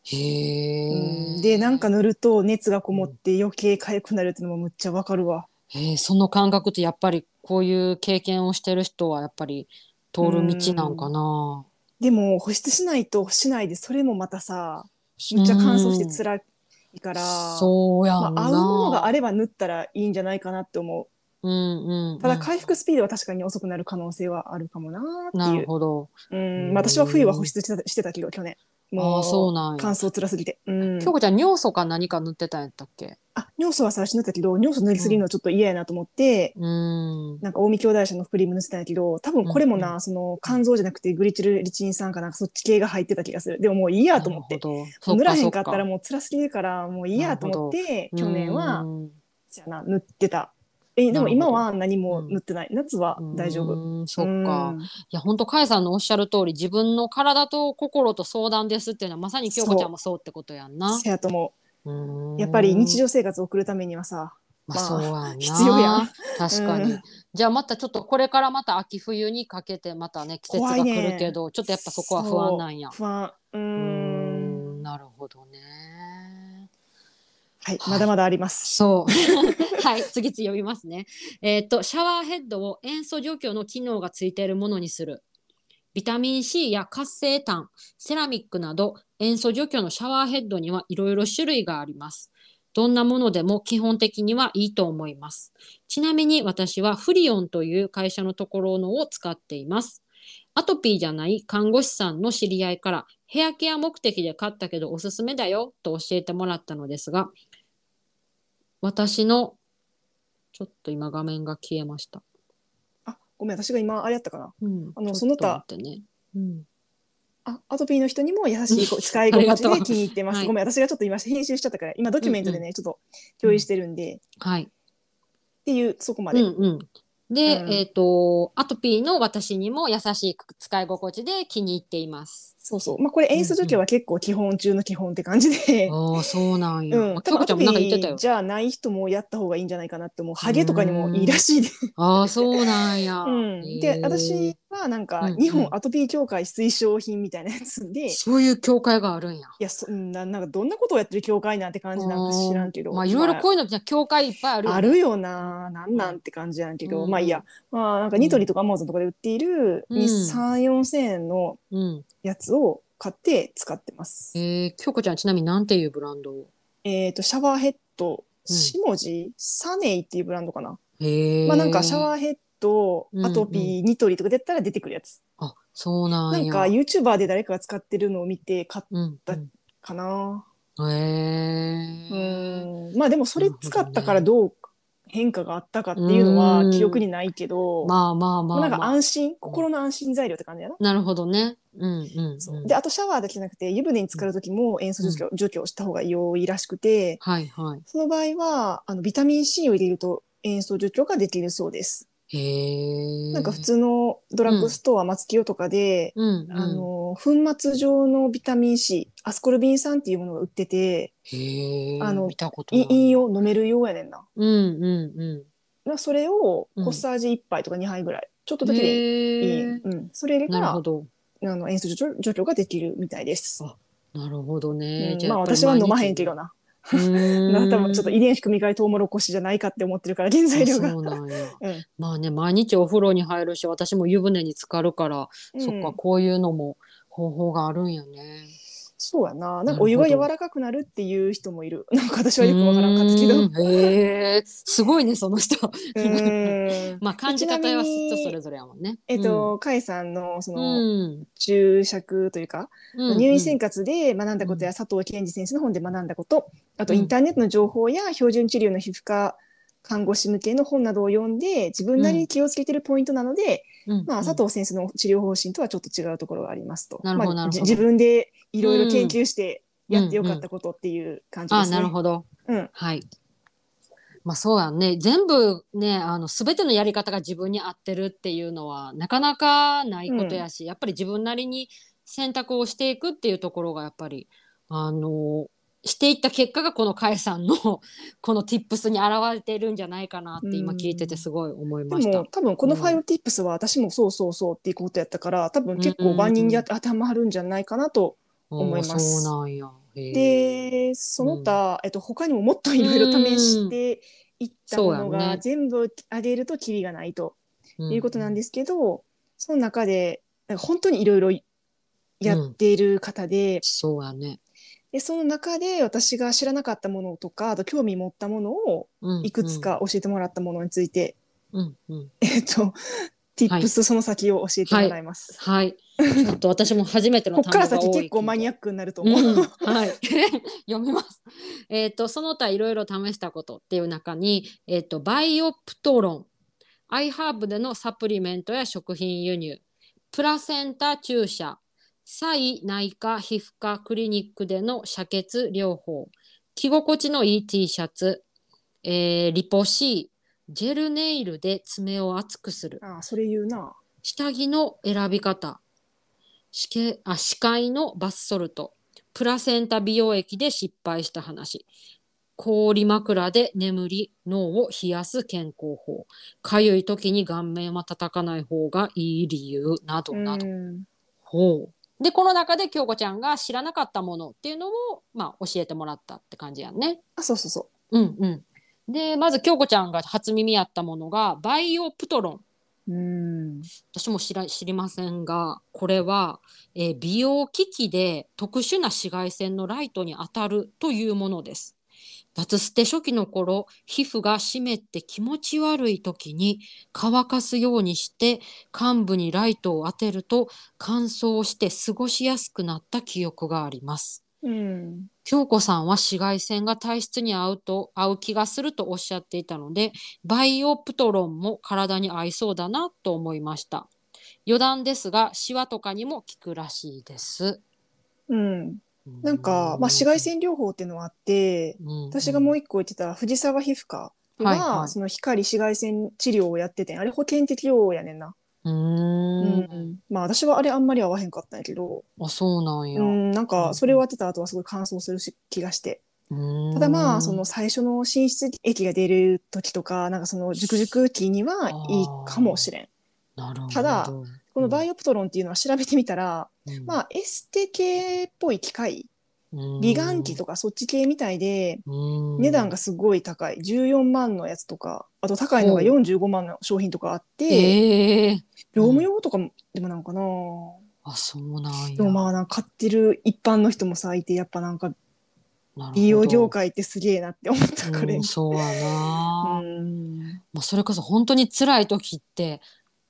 A: へ
B: うん
A: ー
B: でなんか塗ると熱がこもって余計かゆくなるっていうのもむっちゃわかるわ
A: へーその感覚ってやっぱりこういう経験をしてる人はやっぱり通る道なんかな。
B: でも保湿しないとしないでそれもまたさむっちゃ乾燥して
A: い
B: 辛いから、
A: そうや
B: ま
A: んな、
B: あ、合うものがあれば塗ったらいいんじゃないかなって思う
A: うんうんうん
B: ただ回復スピードは確かに遅くなる可能性はあるかもなっ
A: な
B: てい
A: る
B: う
A: ほど。
B: うん、私は冬は保湿してたしてたけど去年
A: ああそうなんや。
B: 乾燥つらすぎて、うん
A: 京子ちゃん尿素か何か塗ってたんやったっけ
B: あ尿素は最初塗ったけど尿素塗りすぎるのはちょっと嫌やなと思って、
A: うん。
B: なんか近江兄弟社のクリーム塗ってたんやけど多分これもな、
A: う
B: その肝臓じゃなくてグリチルリチン酸かなんかそっち系が入ってた気がするでももういいやと思って
A: なるほどそっ
B: 塗らへんかった
A: そ
B: らもう辛すぎるからもういいやと思って去年は
A: うん
B: じゃあな塗ってたえでも
A: なるほど
B: 今は何も塗ってない、夏は大丈夫。
A: うんそっ
B: う
A: か
B: ん
A: いや本当かえさんのおっしゃる通り自分の体と心と相談ですっていうのはまさに京子ちゃんもそうってことやんな
B: せやとも
A: うん
B: やっぱり日常生活を送るためにはさ
A: まあそうやんな
B: 必要やん
A: 確かに、
B: うん
A: じゃあまたちょっとこれからまた秋冬にかけてまたね季節が来るけど、ちょっとやっぱそこは不安なんや
B: 不安う
A: うー
B: ん
A: んなるほどね
B: はい、
A: はい
B: まだまだあります。
A: そう。 はい、次々呼びますね。えっ、と、シャワーヘッドを塩素除去の機能がついているものにする。ビタミン C や活性炭、セラミックなど塩素除去のシャワーヘッドにはいろいろ種類があります。どんなものでも基本的にはいいと思います。ちなみに私はフリオンという会社のところのを使っています。アトピーじゃない看護師さんの知り合いからヘアケア目的で買ったけどおすすめだよと教えてもらったのですが、私のちょっと今画面が消えました。
B: あ、ごめん、私が今あれやったかな。
A: うん、
B: あの
A: ちょっと
B: その他
A: 待ってね。うん、
B: あ、アトピーの人にも優しいこう使い
A: あ
B: 心地
A: りが
B: で
A: とう
B: 気に入ってます。
A: はい
B: ごめん、私がちょっと今編集しちゃったから、今ドキュメントでね、ちょっと共有してるんで、っ
A: はい。
B: ていうそこま
A: う
B: で。
A: んうん。で、
B: うん
A: えっ、とアトピーの私にも優しい使い心地で気に入っています。
B: そうそう。まあこれ演出除去は結構基本中の基本って感じで。
A: ああそうなんや。
B: うん、
A: まあ
B: 多
A: 京
B: 分
A: 子
B: ア
A: ちゃ
B: ト
A: んも
B: ピ
A: なんか言ってたよ
B: ー。じゃない人もやった方がいいんじゃないかなって思う。ハゲとかにもいいらしいで。
A: ああそうなんや。
B: うん、
A: へ
B: で
A: え
B: 私はなん
A: うん
B: か
A: うん
B: 日本アトピー協会推奨品みたいなやつで、い
A: そういう教会があるんや。
B: やそんななんかどんなことをやってる協会なんて感じなんか知らんけど
A: まあいろいろこういうのじゃ教会いっぱいあるよね。
B: あるよな、なんなんって感じやんけど、
A: うん
B: まあいいや、まあなんかニトリとかアマゾンとかで売っている
A: うん
B: に3、4千円の
A: うん。
B: やつを買って使ってます。
A: ええ京子ちゃんちなみになんていうブランドを。
B: えっ、と、シャワーヘッ
A: うん
B: ド、シモジ、サネイっていうブランドかな。
A: へえ。
B: まあなんかシャ
A: ー。
B: ワーヘッド、アトピー、
A: うん
B: ニトリとかでやったら出てくるやつ。
A: あそうなん
B: なん
A: や。
B: か YouTuber で誰かが使ってるのを見て買っ
A: うんう
B: だ
A: ん。
B: たかな。
A: へ
B: う
A: え。
B: ん。まあでもそれ使ったからどう変化があったかっていうの
A: う
B: は
A: ん
B: 記憶にないけど、
A: まあまあま
B: ま
A: あ、
B: あなんか
A: まあ。
B: 安心、心の安心材料って感じやな。
A: なるほどね。うんうん、うん。
B: そうであとシャワーだけじゃなくて湯船に浸かる時も塩素除去,、除去をした方が良いらしくて
A: はいはい。
B: その場合はあのビタミン C を入れると塩素除去ができるそうです。
A: へえ。
B: なんか普。通のドラッグストア、松清とかで、
A: うん、うん。
B: あの、粉末状のビタミン C、アスコルビン酸っていうものが売ってて、
A: へえ。
B: あの
A: 見たことないい。
B: 飲用、飲めるようやねんな。
A: うんうんう
B: まあそれを
A: うん
B: 小さじ1杯とか2杯ぐらい、ちょっと
A: ん。
B: だけでいい。
A: へえ。
B: うん、それ入れ
A: な
B: た
A: る
B: ら、
A: ほど。
B: あの塩素除除去ができるみたいです。
A: なるほど
B: う
A: ね。
B: ん
A: じゃ
B: まあ
A: やっぱり
B: 私は飲まへんけど
A: 毎
B: な。
A: 日。うーん
B: な多分ちょっと遺伝子組み換えトウモロコシじゃないかって思ってるから、原材料
A: あ
B: が。。
A: そうなんや
B: うん
A: まあね、毎日お風呂に入るし、私も湯船に浸かるから、そっ
B: う
A: か、
B: ん
A: こういうのも方法があるんやね。
B: そうやな。なん
A: なるほ
B: か
A: ど
B: お湯が柔らかくなるっていう人もいる。 なんか私はよくわからんかったけど。
A: う
B: う
A: ーんへえ、すごいね、その 人。
B: ーん。
A: まあ、感じ方は人それぞれやもんね。
B: えっ、と、甲斐さんのそ
A: うん、
B: の
A: うん。
B: 注釈というか、
A: うん
B: 入院生活で学んだこと
A: う
B: や
A: ん
B: 佐藤健二先生の本で学んだこと、あと
A: うん
B: インターネットの情報や標準治療の皮膚科看護師向けの本などを読んで自分なりに気をつけているポイントなので、
A: うん
B: まあ、佐藤先生の治療方針とはちょっと違うところがありますと。
A: なるほど
B: ま
A: な
B: あ、
A: るほ
B: じ
A: ど
B: 自分でいろいろ研究してやってよかったことっていう感じで
A: あ、
B: すね。
A: なるほど。
B: うん
A: はい。まあそうやんね全部ねあの全てのやり方が自分に合ってるっていうのはなかなかないことやし、やっぱり自分なりに選択をしていくっていうところがやっぱりあのしていった結果がこのカエさんの この Tips に表れているんじゃないかなって今聞いててすごい思いまし
B: で
A: た
B: も。多分この
A: うん
B: ファイルティップスは私もそうそうそうっていうことやったから多分結構万人に当て当てはまるんじゃないかなと。
A: おー
B: 思います
A: そうなんや。へー
B: でその他、えっと、他にももっといろいろ試していったもの
A: そうや
B: が
A: ね
B: 全部あげるとキリがないと
A: うん
B: いうことなんですけど、その中でなんか本当にいろいろやっている方で,、
A: そうやね。
B: でその中で私が知らなかったものとかあと興味持ったものを
A: うん
B: いくつ。か教えてもらったものについて、
A: うんうん
B: えっと tips その先を教えてもらいます。
A: はい。ちょっと私も初めての
B: こっから先
A: 単語が多い
B: 結構マニアックになると思う。
A: うん、はい 読みます。えっ、とその他いろいろ試したことっていう中に、えっ、とバイオプトロン、アイハーブでのサプリメントや食品輸入、プラセンタ注射、細内科皮膚科クリニックでの遮血療法、着心地のいい T シャツ、えーリポシー、ジェルネイルで爪を厚くする。
B: ああそれ言うな。
A: 下着の選び方しけあ視界のバスソルトプラセンタ美容液で失敗した話氷枕で眠り脳を冷やす健康法かゆい時に顔面は叩かない方がいい理由などなど、
B: うん
A: ほうでこの中で京子ちゃんが知らなかったものっていうのを、まあ、教えてもらったって感じやんね。
B: あそうそうそう。
A: うんうん、でまず京子ちゃんが初耳やったものがバイオプトロン
B: うん
A: 私も知ら知りませんがこれは、えー美容機器で特殊な紫外線のライトに当たるというものです。脱捨て初期の頃皮膚が湿って気持ち悪い時に乾かすようにして患部にライトを当てると乾燥して過ごしやすくなった記憶があります。
B: うん
A: 京子さんは紫外線が体質に合うと合う気がするとおっしゃっていたのでバイオプトロンも体に合いそうだなと思いました余談ですがシワとかにも効くらしいです
B: うん、なんか、まあ、紫外、線療法っていうのはあって
A: うん
B: 私がもう一個言ってた藤沢皮膚科は、
A: はいはい
B: その光紫外線治療をやっててあれ保険適用やねんな、
A: う
B: うん
A: うん
B: まあ私はあれあんまり合わへんかったんやけど、
A: あそうなんや
B: う、ん、なんかそれをやってた後はすごい乾燥するし気がして
A: うん
B: ただまあその最初の浸出液が出る時とかなんかその熟々期にはいいかもしれん
A: なるほど
B: ただこのバイ
A: オ、
B: オプトロンっていうのは調べてみたら、
A: うん
B: まあエステ系っぽい機械
A: うん
B: 美顔器とかそっち系みたいで、
A: うん
B: 値段がすごい高い14万のやつとかあと高いのが
A: うん
B: 45万の商品とかあって、
A: ええ
B: 業務用とかもでもなんかな、
A: あそうなんや
B: でもまあなんか買ってる一般の人もさいてやっぱなんか
A: なるほど
B: 美容業界ってすげえなって思ったこれ、
A: うんそうや な、
B: うん
A: まあ、それこそ本当に辛い時って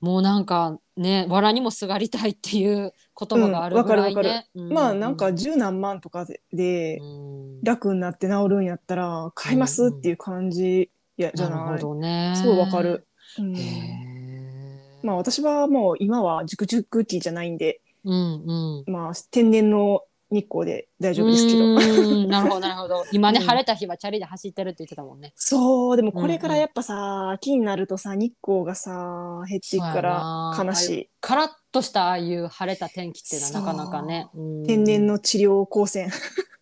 A: もうなんかね藁にもすがりたいっていう言葉があるぐらい
B: うんわかるわか
A: ね。う
B: まあなんか十何万とかで
A: うん
B: 楽になって治るんやったら買いますっていう感じやじゃ
A: な
B: な
A: る
B: い、
A: ほどね。
B: すごいわかる。、う
A: へ
B: ん、
A: え。
B: まあ私はもう今は熟々期じゃないんで
A: うんうん。
B: まあ、天然の日光で大丈夫ですけど。
A: ど。なるほど、なるほど。今ね、
B: うん
A: 晴れた日はチャリで走ってるって言ってたもんね。
B: そう、でもこれか
A: う
B: ら
A: んうん
B: やっぱさ、秋になるとさ、日光がさ、減っていくから
A: そうやな
B: 悲し
A: カラッとしたああいう晴れた天気っていうのはなかなかね。うん
B: い。天然。の治療光線。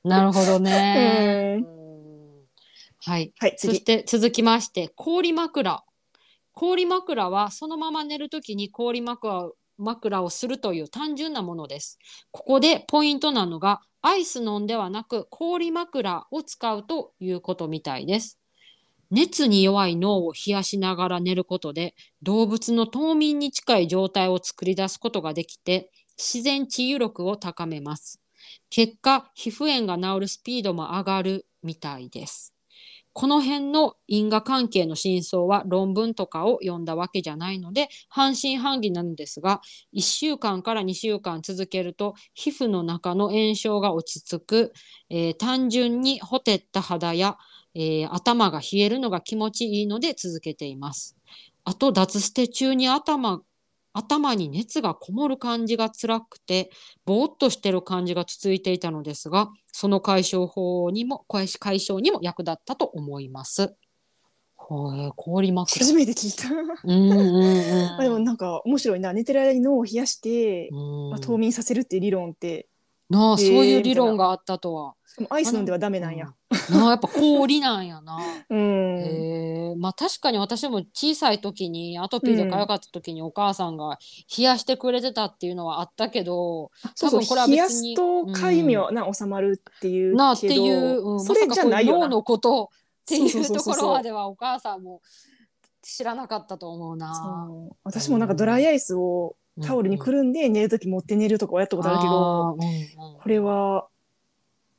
A: なるほどね。う
B: う
A: んはい。
B: はい、
A: そし
B: 次。
A: て続きまして氷枕氷枕はそのまま寝るときに氷枕を枕をするという単純なものですここでポイントなのがアイスのんではなく氷枕を使うということみたいです熱に弱い脳を冷やしながら寝ることで動物の冬眠に近い状態を作り出すことができて自然治癒力を高めます結果皮膚炎が治るスピードも上がるみたいですこの辺の因果関係の真相は論文とかを読んだわけじゃないので半信半疑なのですが1週間から2週間続けると皮膚の中の炎症が落ち着く、えー単純にほてった肌や、えー頭が冷えるのが気持ちいいので続けています。あと脱ステ中に頭頭に熱がこもる感じが辛くてぼーっとしてる感じが続いていたのですがその解消法にも解解消にも役立ったと思います。ほえ氷枕
B: 初めて聞いた。
A: うんうん
B: まあでもなんか面白いな。寝てる間に脳を冷やして、
A: うん。
B: まあ、冬眠させるっていう理論って、
A: なあ、
B: へえ
A: そういう理論があったとは。
B: しかもアイス飲んではダメなんや。
A: うん。なあ、やっぱ氷なんやな。
B: うん。
A: へえ、まあ確かに私も小さい時にアトピーでかゆかった時にお母さんが冷やしてくれてたっていうのはあったけど、
B: そうそ
A: 多
B: う
A: 分これは別
B: 冷
A: に
B: やすとかゆみはな収まるっていうけど、
A: なあっていう、うん、
B: それじゃないよ
A: まさかこう脳
B: な。
A: のことって
B: そ
A: い
B: う
A: う
B: そう
A: と
B: そ
A: こ
B: うそう
A: ろまではお母さんも知らなかったと思うな。
B: そう私もなんかドライアイスをタオルにく
A: る
B: るんで寝るとき持って寝るとかはやったことあるけど、
A: うん
B: これは、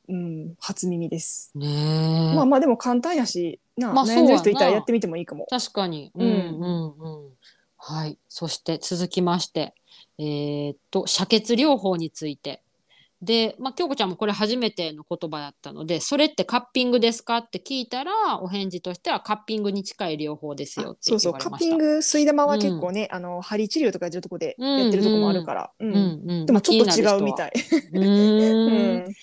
B: うん、初耳です。
A: うん、ねえ。
B: まあまあでも簡単やし、な
A: まあ
B: 悩んでる人いた
A: そうや
B: ら
A: な
B: やってみてもいいかも。
A: 確かに。う
B: うんん
A: うんうん。はい。そして続きまして、えーっと、遮血療法について。で、まあ、京子ちゃんもこれ初めての言葉だったので、それってカッピングですかって聞いたら、お返事としてはカッピングに近い療法ですよって
B: そ
A: 言
B: うそう
A: われ
B: カッ
A: まし
B: ピ
A: た。
B: ング吸い玉は結構ね、あの針治療とかやってるとこでやってるとこもあるから、うん
A: うんうん、
B: でもちょっと違うみた
A: い。
B: い。
A: うーん
B: うん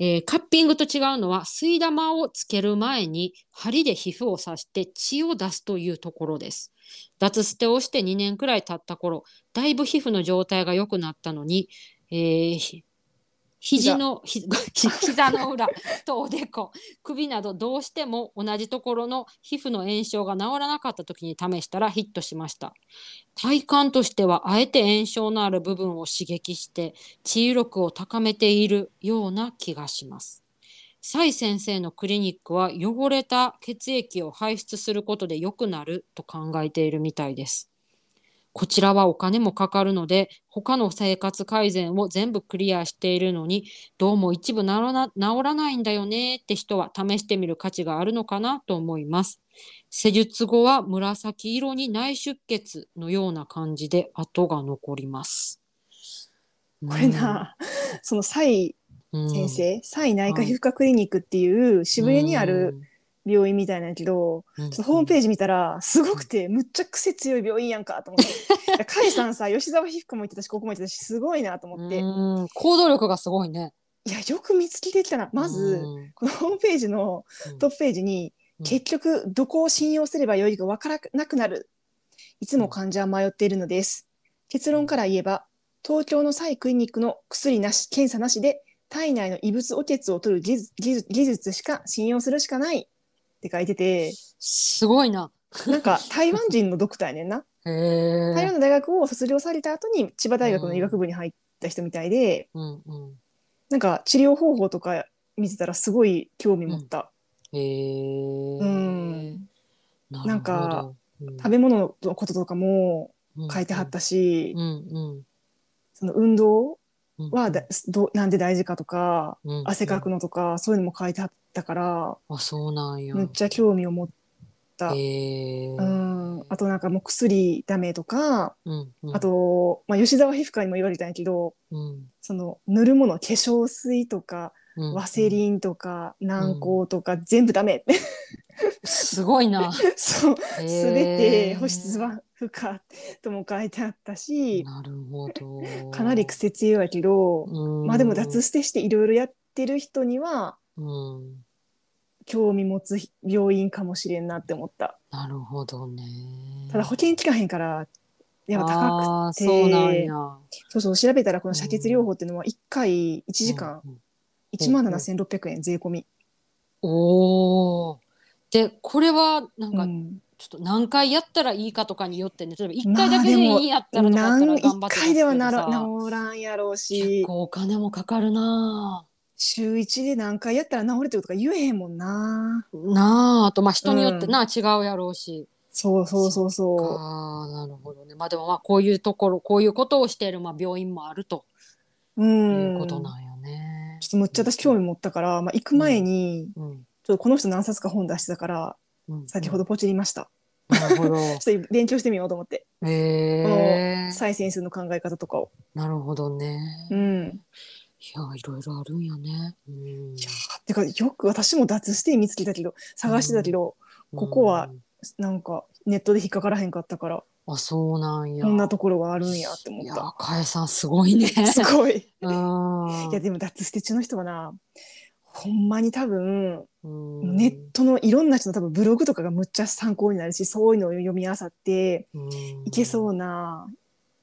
A: えーカッピングと違うのは吸い玉をつける前に針で皮膚を刺して血を出すというところです脱捨てをして2年くらい経った頃だいぶ皮膚の状態が良くなったのに、えーひ肘のひ 膝の裏とおでこ首などどうしても同じところの皮膚の炎症が治らなかった時に試したらヒットしました体感としてはあえて炎症のある部分を刺激して治癒力を高めているような気がします。蔡先生のクリニックは汚れた血液を排出することで良くなると考えているみたいです。こちらはお金もかかるので他の生活改善を全部クリアしているのにどうも一部治らな治らないんだよねって人は試してみる価値があるのかなと思います。施術後は紫色に内出血のような感じで跡が残ります。
B: これな、その蔡
A: うん、
B: 先生、蔡内科皮膚科クリニックっていう渋谷にある病院みたいなんやけど、
A: うん、
B: ちょっとホームペ
A: ージ
B: ージ見たら、すごくて、むっちゃ癖強い病院やんかと思って。い や甲斐さんさ、吉沢皮膚科も行ってたし、ここも行ってたし、すごいなと思って。い
A: 行動力がすごいね。
B: や、よく見つけてきたな。まず、
A: うん
B: このホームページのトップページに、
A: うん
B: 結局、どこを信用すればよいかわからなくなる。いつも患者は迷っているのです。結論から言えば、東京の再クリニックの薬なし、検査なしで、体内の異物汚血を取る技術技術技術しか信用するしかないって書いてて、
A: すごいな。
B: な んか台湾人のドクターやねんな。
A: へ
B: 台
A: え。
B: 湾の大学を卒業された後に千葉大学の医学部に入った人みたいで、
A: うんうん。
B: なんか治療方法とか見てたらすごい興味持った、
A: へえ。
B: うん
A: なるほど。
B: なんか
A: うん、
B: 食べ物のこととかも
A: べ
B: 書いてはっ。たし、
A: うんうん
B: その運動
A: うん。
B: はだどなんで大事かとか
A: うんうん
B: 汗かくのとかそういうのも書いてはったから、
A: あ、そうなんや。
B: むっちゃ興味を持った、
A: へえ。
B: うん、あとなんかもう薬ダメとか、
A: うんうん。
B: あと、まあ、吉沢皮膚科にも言われたんやけど
A: うん、
B: その塗るもの化粧水とか
A: うん。
B: ワセ
A: ン。
B: リンとか軟膏とか全部ダメって
A: すごいな。
B: そう
A: へー
B: すべて保湿は不可とも書いてあったし
A: なるほど。
B: かなり癖強いやけど
A: うん。
B: まあでも脱捨てしていろいろやってる人には
A: うん。
B: 興味持つ病院かもしれんなって思った
A: なるほどね。
B: ただ保険効かへんからやっぱ高く
A: あー
B: て
A: そうなんや。
B: そうそう調べたらこの遮血療法っていうのは1回1時間
A: うん。
B: 1万7600円税込み、
A: おお。で、これはなんか
B: うん
A: ちょっと何回やったらいいかとかによってね、例えば一
B: まあ
A: 回だけでいいやったらとかやった
B: 何
A: ら頑
B: 一
A: 張ってますけどさ。
B: 回ではなら治らんやろうし
A: 結構お金もかかるな
B: 週1で何回やったら治るってことか言えへんもんな
A: あ。なあ、あとまあ人によって
B: うん
A: な、違うやろうし。
B: そうそうそうそ
A: ああ、なるほどね。まあでもまあこういうところ、こういうことをしているまあ病院もあると
B: う
A: い
B: うん
A: うことなんよね
B: ちょ。っとむっちゃ私興味持ったから、まあ、行く前に
A: うん。
B: ちょっとこの人何冊か本出してたから
A: うん
B: 先ほ。どポチりました、
A: なるほど。
B: ちょっと勉強してみようと思って
A: ええ
B: 再生数の考え方とかを
A: なるほどね。
B: う
A: い
B: ん
A: や、いろいろあるんやね。うん
B: いやーてかよく私も脱して見つけたけど探してたけど、ここは
A: うん
B: なんかネットで引っかからへんかったから
A: あ、そうなんや。
B: こんなところがあるんやって
A: い
B: 思っ
A: や
B: た、
A: かえさんすごいね。
B: すごい
A: うん
B: いやでも脱ステ中の人はなほんまに多分
A: うん
B: ネットのいろんな人の多分ブログとかがむっちゃ参考になるしそういうのを読み漁っていけそうな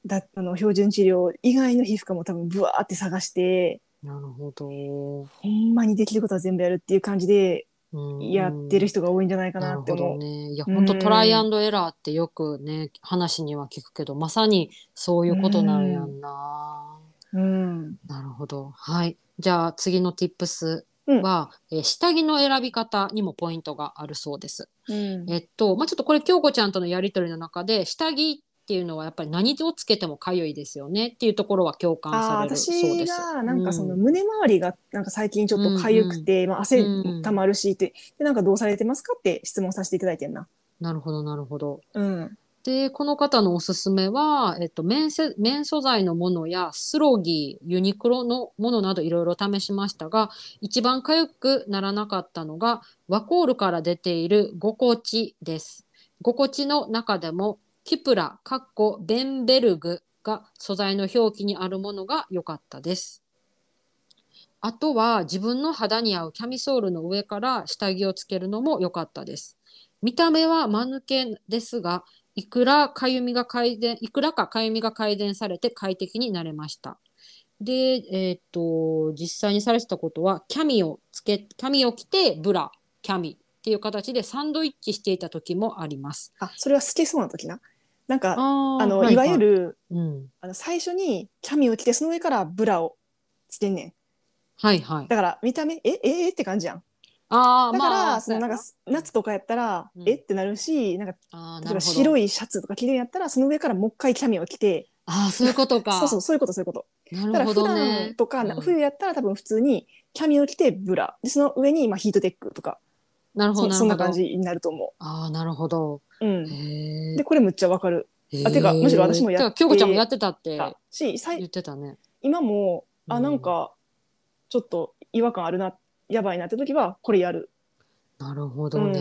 B: だあの標準治療以外の皮膚科も多分ブワーって探して
A: うん。なるほど。
B: ほんまにできることは全部やるっていう感じで
A: うん
B: やってる人が多いんじゃないかなって
A: なる
B: 思
A: ほ
B: う。
A: どね。いや、
B: うん
A: 本当トライアンドエラーってよくね、話には聞くけど、まさにそういうことなんやんな。
B: うん
A: なるほど。はい。じゃあ次の Tips は、えー下着の選び方にもポイントがあるそうです。
B: うん
A: えっと、まあ、ちょっとこれ京子ちゃんとのやり取りの中で下着っていうのはやっぱり何をつけてもかゆいですよねっていうところは共感
B: あ
A: さ
B: ー
A: れるそう
B: 私
A: です。
B: がなんかその
A: うん
B: 胸周りがなんか最近ちょっと痒くて、まあ、汗
A: うん
B: たまるしって、でなんかどうされてますかって質問させていただいてんな。
A: なるほどなるほど。
B: うん、
A: でこの方のおすすめは、えっと、綿せ綿素材のものやスロギーユニクロのものなどいろいろ試しましたが一番かゆくならなかったのがワコールから出ている「ごこち」です。ごこちの中でもキプラかっこベンベルグが素材の表記にあるものが良かったです。あとは自分の肌に合うキャミソールの上から下着をつけるのも良かったです。見た目は間抜けですが、いくらかゆみが改善、いくらかかゆみが改善されて快適になれました。で、えーっと、実際にされてたことは、キャミをつけ、キャミを着てブラ、キャミっていう形でサンドイッチしていた時もあります。
B: あそれは透けそうな時な。なんか
A: あ
B: あの、いわゆ、る
A: うん、
B: あの最初にキャミを着てその上からブラをつけんねん。
A: はいはい。
B: だから見た目えええって感じやん。
A: ああ、
B: だから、
A: まあ、
B: そのなんか夏とかやったら、
A: うん
B: えってなるしなんか
A: あーな
B: 例え
A: る
B: ば
A: ほど
B: 白いシャツとか着るんやったらその上からもう一回キャミを着て
A: ああ、そういうことか。
B: そうそうそういうことそういうこと。
A: な
B: だ
A: る
B: から
A: ほ
B: 普
A: ど
B: 段
A: ね。
B: とか、
A: うん
B: 冬やったら多分普通にキャミを着てブラでその上にまあヒートテックとか
A: なるほど、な
B: そ
A: るほど。
B: そんな感じになると思
A: ああ、なるほど。
B: う。うん、
A: へ
B: でこれむっちゃわかる
A: え。
B: あてかむしろ私もやって
A: てか京子ちゃんもやってたって
B: しさ
A: 言っ
B: い
A: てたね。
B: 今も
A: う
B: あ
A: ん
B: なんかちょっと違和感あるなやばいなって時はこれやる
A: なるほどね。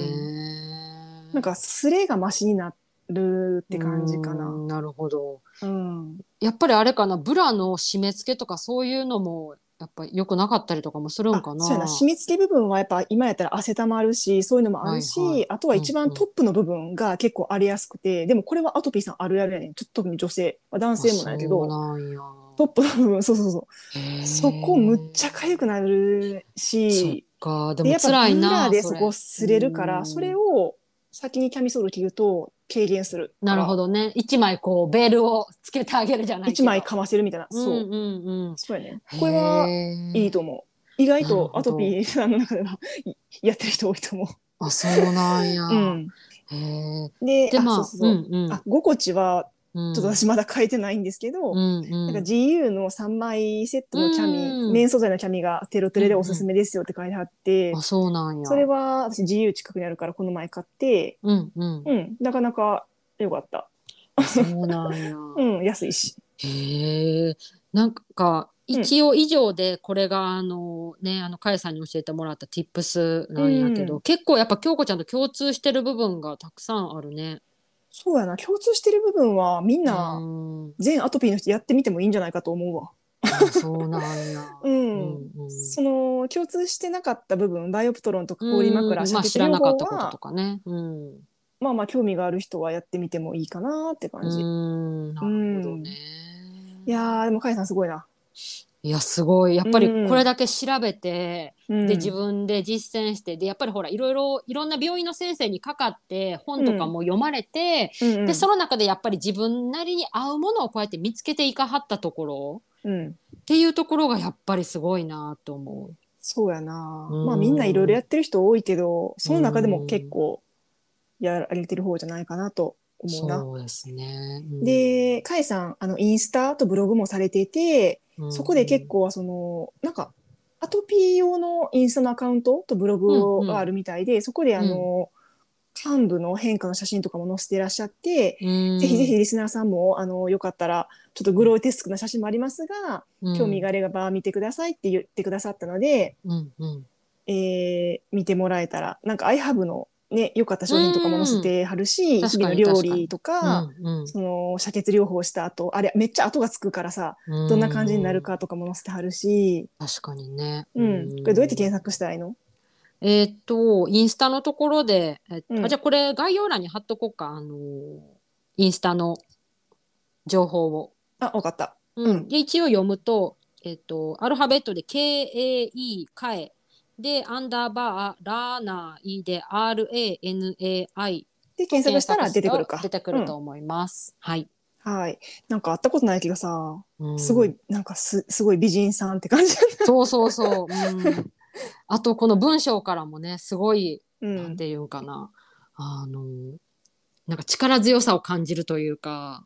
B: なんかスレがマシになるって感じか
A: う
B: な。
A: んなるほど。
B: うん、
A: やっぱりあれかな、ブラの締め付けとかそういうのもやっぱ良くなかったりとかもするん
B: あ
A: かな。
B: そうやな締め付け部分はやっぱ今やったら汗たまるしそういうのもあるし、
A: はいはい
B: あとは一
A: うん
B: 番
A: うん
B: トップの部分が結構荒れやすくて、でもこれはアトピーさんあるあるやねんちょっと特に女性、まあ、男性もなんやけ
A: あ
B: ど
A: そうなんや
B: トップの部分 そうそうそ
A: へ
B: う
A: え
B: そこむっちゃ痒くなる
A: そ
B: し
A: っか、で
B: で
A: も
B: やっぱ
A: 辛い
B: ブ
A: な。
B: ラでそ
A: れ
B: こ擦れるからそれ。
A: うん
B: を先にキャミソール着ると軽減する
A: なるほど
B: ど
A: ね。一枚こうベールをつけてあげるじゃない
B: 一枚かませるみたいな、
A: そ
B: そうう
A: う
B: ん
A: んうん。
B: そうやねこれは
A: へー
B: いいと思う意外
A: なる
B: と
A: ほど
B: アトピーさんの中ではいやってる人多いと思
A: あ、そうなんや。
B: う、うん、
A: へえ。
B: で
A: で、まあ、
B: あそうそうそう、
A: んうん。
B: あ、5個ちは
A: うん、
B: ちょっと私まだ書いてないんですけど、
A: うんうん、
B: なんか GU の3枚セットのキャミ、
A: うん
B: 綿素材のキャミがテロテレでおすすめですよって書いてあって、
A: あ、そうなんや。
B: それは私 GU 近くにあるからこの前買って、
A: うんうん。
B: うん、なかなか良かった。
A: そうなんや。
B: うん、安いし。
A: へえ。なんか
B: うん
A: 一応以上でこれがあのねあのかえさんに教えてもらった tips なんやけど、
B: う
A: 結構やっぱ京子ちゃんと共通してる部分がたくさんあるね。
B: そうやな共通してる部分はみんな
A: うん
B: 全アトピーの人やってみてもいいんじゃないかと思うわ。
A: あそうなんや。
B: う
A: うんうん
B: その共通してなかった部分バイオプトロンとか氷枕
A: うん
B: 射
A: まあ
B: 的
A: 知
B: 療
A: らなかっ
B: 法
A: たことと
B: は
A: かね。うん。
B: まあまあ興味がある人はやってみてもいいかなって感じ。
A: うんなるほどね。
B: いやーでもカイさんすごいな。
A: いやすごいやっぱり
B: うん
A: これだけ調べて、
B: うん
A: で自分で実践してでやっぱりほらいろいろいろんな病院の先生にかかって本とかも読まれて、
B: うんうん
A: でその中でやっぱり自分なりに合うものをこうやって見つけていかはったところ
B: うん
A: っていうところがやっぱりすごいなと思
B: そうやな、
A: うん
B: まあみんないろいろやってる人多いけどその中でも結構やられてる方じゃないかなと
A: う。
B: 思うな。
A: そうですね。うん、
B: でカイさんあのインスタとブログもされていて
A: うん
B: そこで結構そのなんかアトピー用のインスタのアカウントとブログを
A: うんうん
B: があるみたいで、そこであの、患部の変化の写真とかも載せていらっしゃって、
A: うん
B: ぜひぜひリスナーさんもあのよかったらちょっとグローテスクな写真もありますが、興味があれば見てくださいって言ってくださったので、
A: うんうん
B: えー見てもらえたらなんか iHub のね良かった商品とかも載せてはるし、
A: うん
B: 日々の
A: 確か
B: 料
A: に
B: 理とか
A: うん
B: その遮血療法した後あれめっちゃ後がつくからさ
A: うん
B: どんな感じになるかとかも載せてはるし、
A: 確かにね。
B: うんこれどうやって検索したらいいの
A: えーっと、インスタのところで、えっと
B: うん
A: あじゃあこれ概要欄に貼っとこうか、あのーインスタの情報を。
B: あ分かった。
A: うん
B: うん
A: で一応読むと、えっと、アルファベットで KAE カエで、アンダーバー、ラーナー、イで、RANAI。
B: で検索したら出てくるか。
A: 出てくると思います。はい。
B: うんはい。なんか会ったことないけどさ、
A: うん
B: すごい、なんかすすごい美人さんって感じ。
A: そうそうそう。 うん、あと、この文章からもね、すごい、
B: う
A: なん
B: ん。
A: ていうんかな、あのなんか力強さを感じるというか、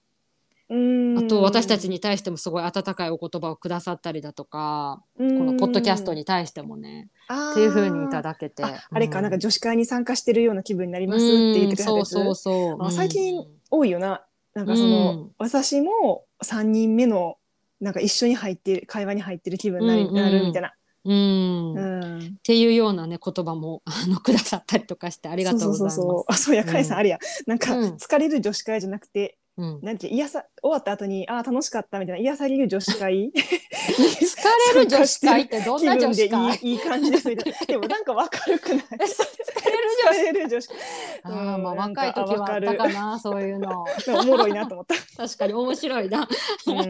B: うん
A: あと私たち、に対してもすごい温かいお言葉をくださったりだとか、こ
B: こ
A: のポッドキャストに対してもね、
B: っ
A: っていう風にいただけて、
B: ああれか、なん
A: 女
B: か女子会に参加してるような気分になりますって言ってくれた
A: そ
B: や
A: う
B: つ
A: そうそう、
B: あ
A: うん
B: 最近多いよな。なんかその、
A: うん
B: 私も三人目のなんか一緒に入ってる会話に入ってる気分になり
A: うんうん
B: なるみたいな。
A: うん
B: う
A: っ
B: ん。
A: ていうようなね言葉もあのくださったりとかしてあ
B: あ
A: りがとうございます。
B: そうそうそうあそうやかえさん、
A: うん
B: あれやなんか
A: うん
B: 疲れる女子会じゃなくて、
A: うん
B: なんて癒さ終わった後にあー楽しかったみたいな癒される女子
A: 疲
B: 会
A: れる女子会ってどん
B: 気
A: な
B: 分
A: 女
B: で
A: 子会？
B: いいいい感じですみたいなでもなんかわかる くない疲れる女子会
A: あーまあ
B: うんなんか
A: 若い時はあった かなそういうの。
B: なんかおもろいなと思 った。
A: 確かに面白いな。
B: うん
A: あ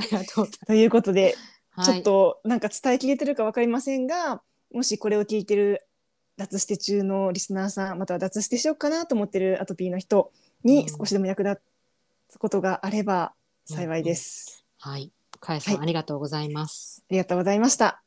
A: りがとうござい
B: ということで、
A: ます。
B: ちょっとなんか伝えきれてるかわかりませんがもしこれを聞いてる脱ステ中のリスナーさんまたは脱ステしようかなと思ってるアトピーの人
A: うん
B: に少しでも役立つことがあれば幸いです。
A: はい。かえさん、
B: はい
A: ありがとうございます。
B: ありがとうございました。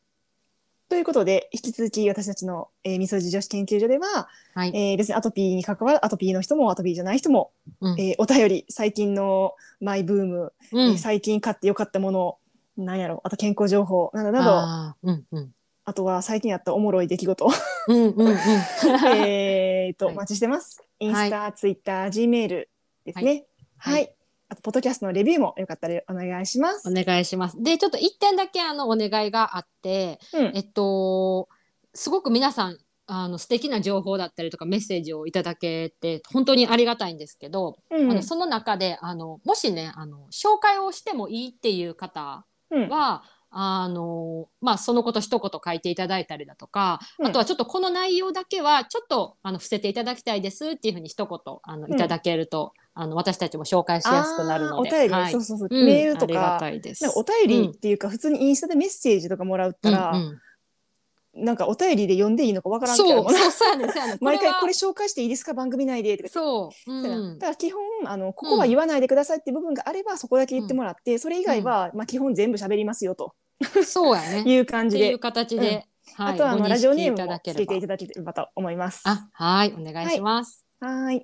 B: ということで引き続き私たちの、えー、みそじ女子研究所では、
A: はい。
B: えー別にアトピーに関わるアトピーの人もアトピーじゃない人も、
A: うん
B: えーお便り最近のマイブーム
A: う
B: えー最近買ってよかったものなんやろあと健康情報などなどあ
A: あーうんうん
B: とは最近やったおもろい出来事
A: うんうん うん。
B: えーと、
A: はい
B: お待ちしてますインスタ、ツイッター G メールですね
A: はい
B: はい、あとポッドキャストのレビューもよかったらお願いします
A: お願いします。で、ちょっと一点だけあのお願いがあって、
B: うん
A: えっとすごく皆さんあの素敵な情報だったりとかメッセージをいただけて本当にありがたいんですけど、
B: うん
A: あのその中であのもしねあの紹介をしてもいいっていう方
B: うん
A: は、あのまあ、そのこと一言書いていただいたりだとか、
B: うん
A: あとはちょっとこの内容だけはちょっとあの伏せていただきたいですっていうふうに一言あの
B: うん
A: いただけると、あの私たちも紹介しやすくなるので
B: あーお便り、
A: はい
B: そうそうそう、
A: うん
B: メールと
A: ありが
B: か
A: たいです
B: なんかお便りっていうか、普通にインスタでメッセージとかもらったら、
A: うんうん
B: なんかお便りで読んでいいのかわからんけ
A: そう
B: ど
A: そうそうやねんそうやねん
B: 毎回
A: は
B: これ紹介していいですか番組内でとか
A: そう、う
B: そうやなんだから基本あのここは言わないでくださいって部分があればそこだけ言ってもらって、それ以外は、まあ、基本全部喋りますよと
A: そうやね
B: いう感
A: って
B: じ
A: い
B: で、
A: う形で、はい
B: あとはあ
A: ご
B: の
A: 認
B: ラジオネー
A: 識
B: ム
A: いただ
B: も
A: け
B: つ
A: れ
B: け
A: ば
B: ていただければと思います。
A: あはいお願いします、
B: はーい
A: は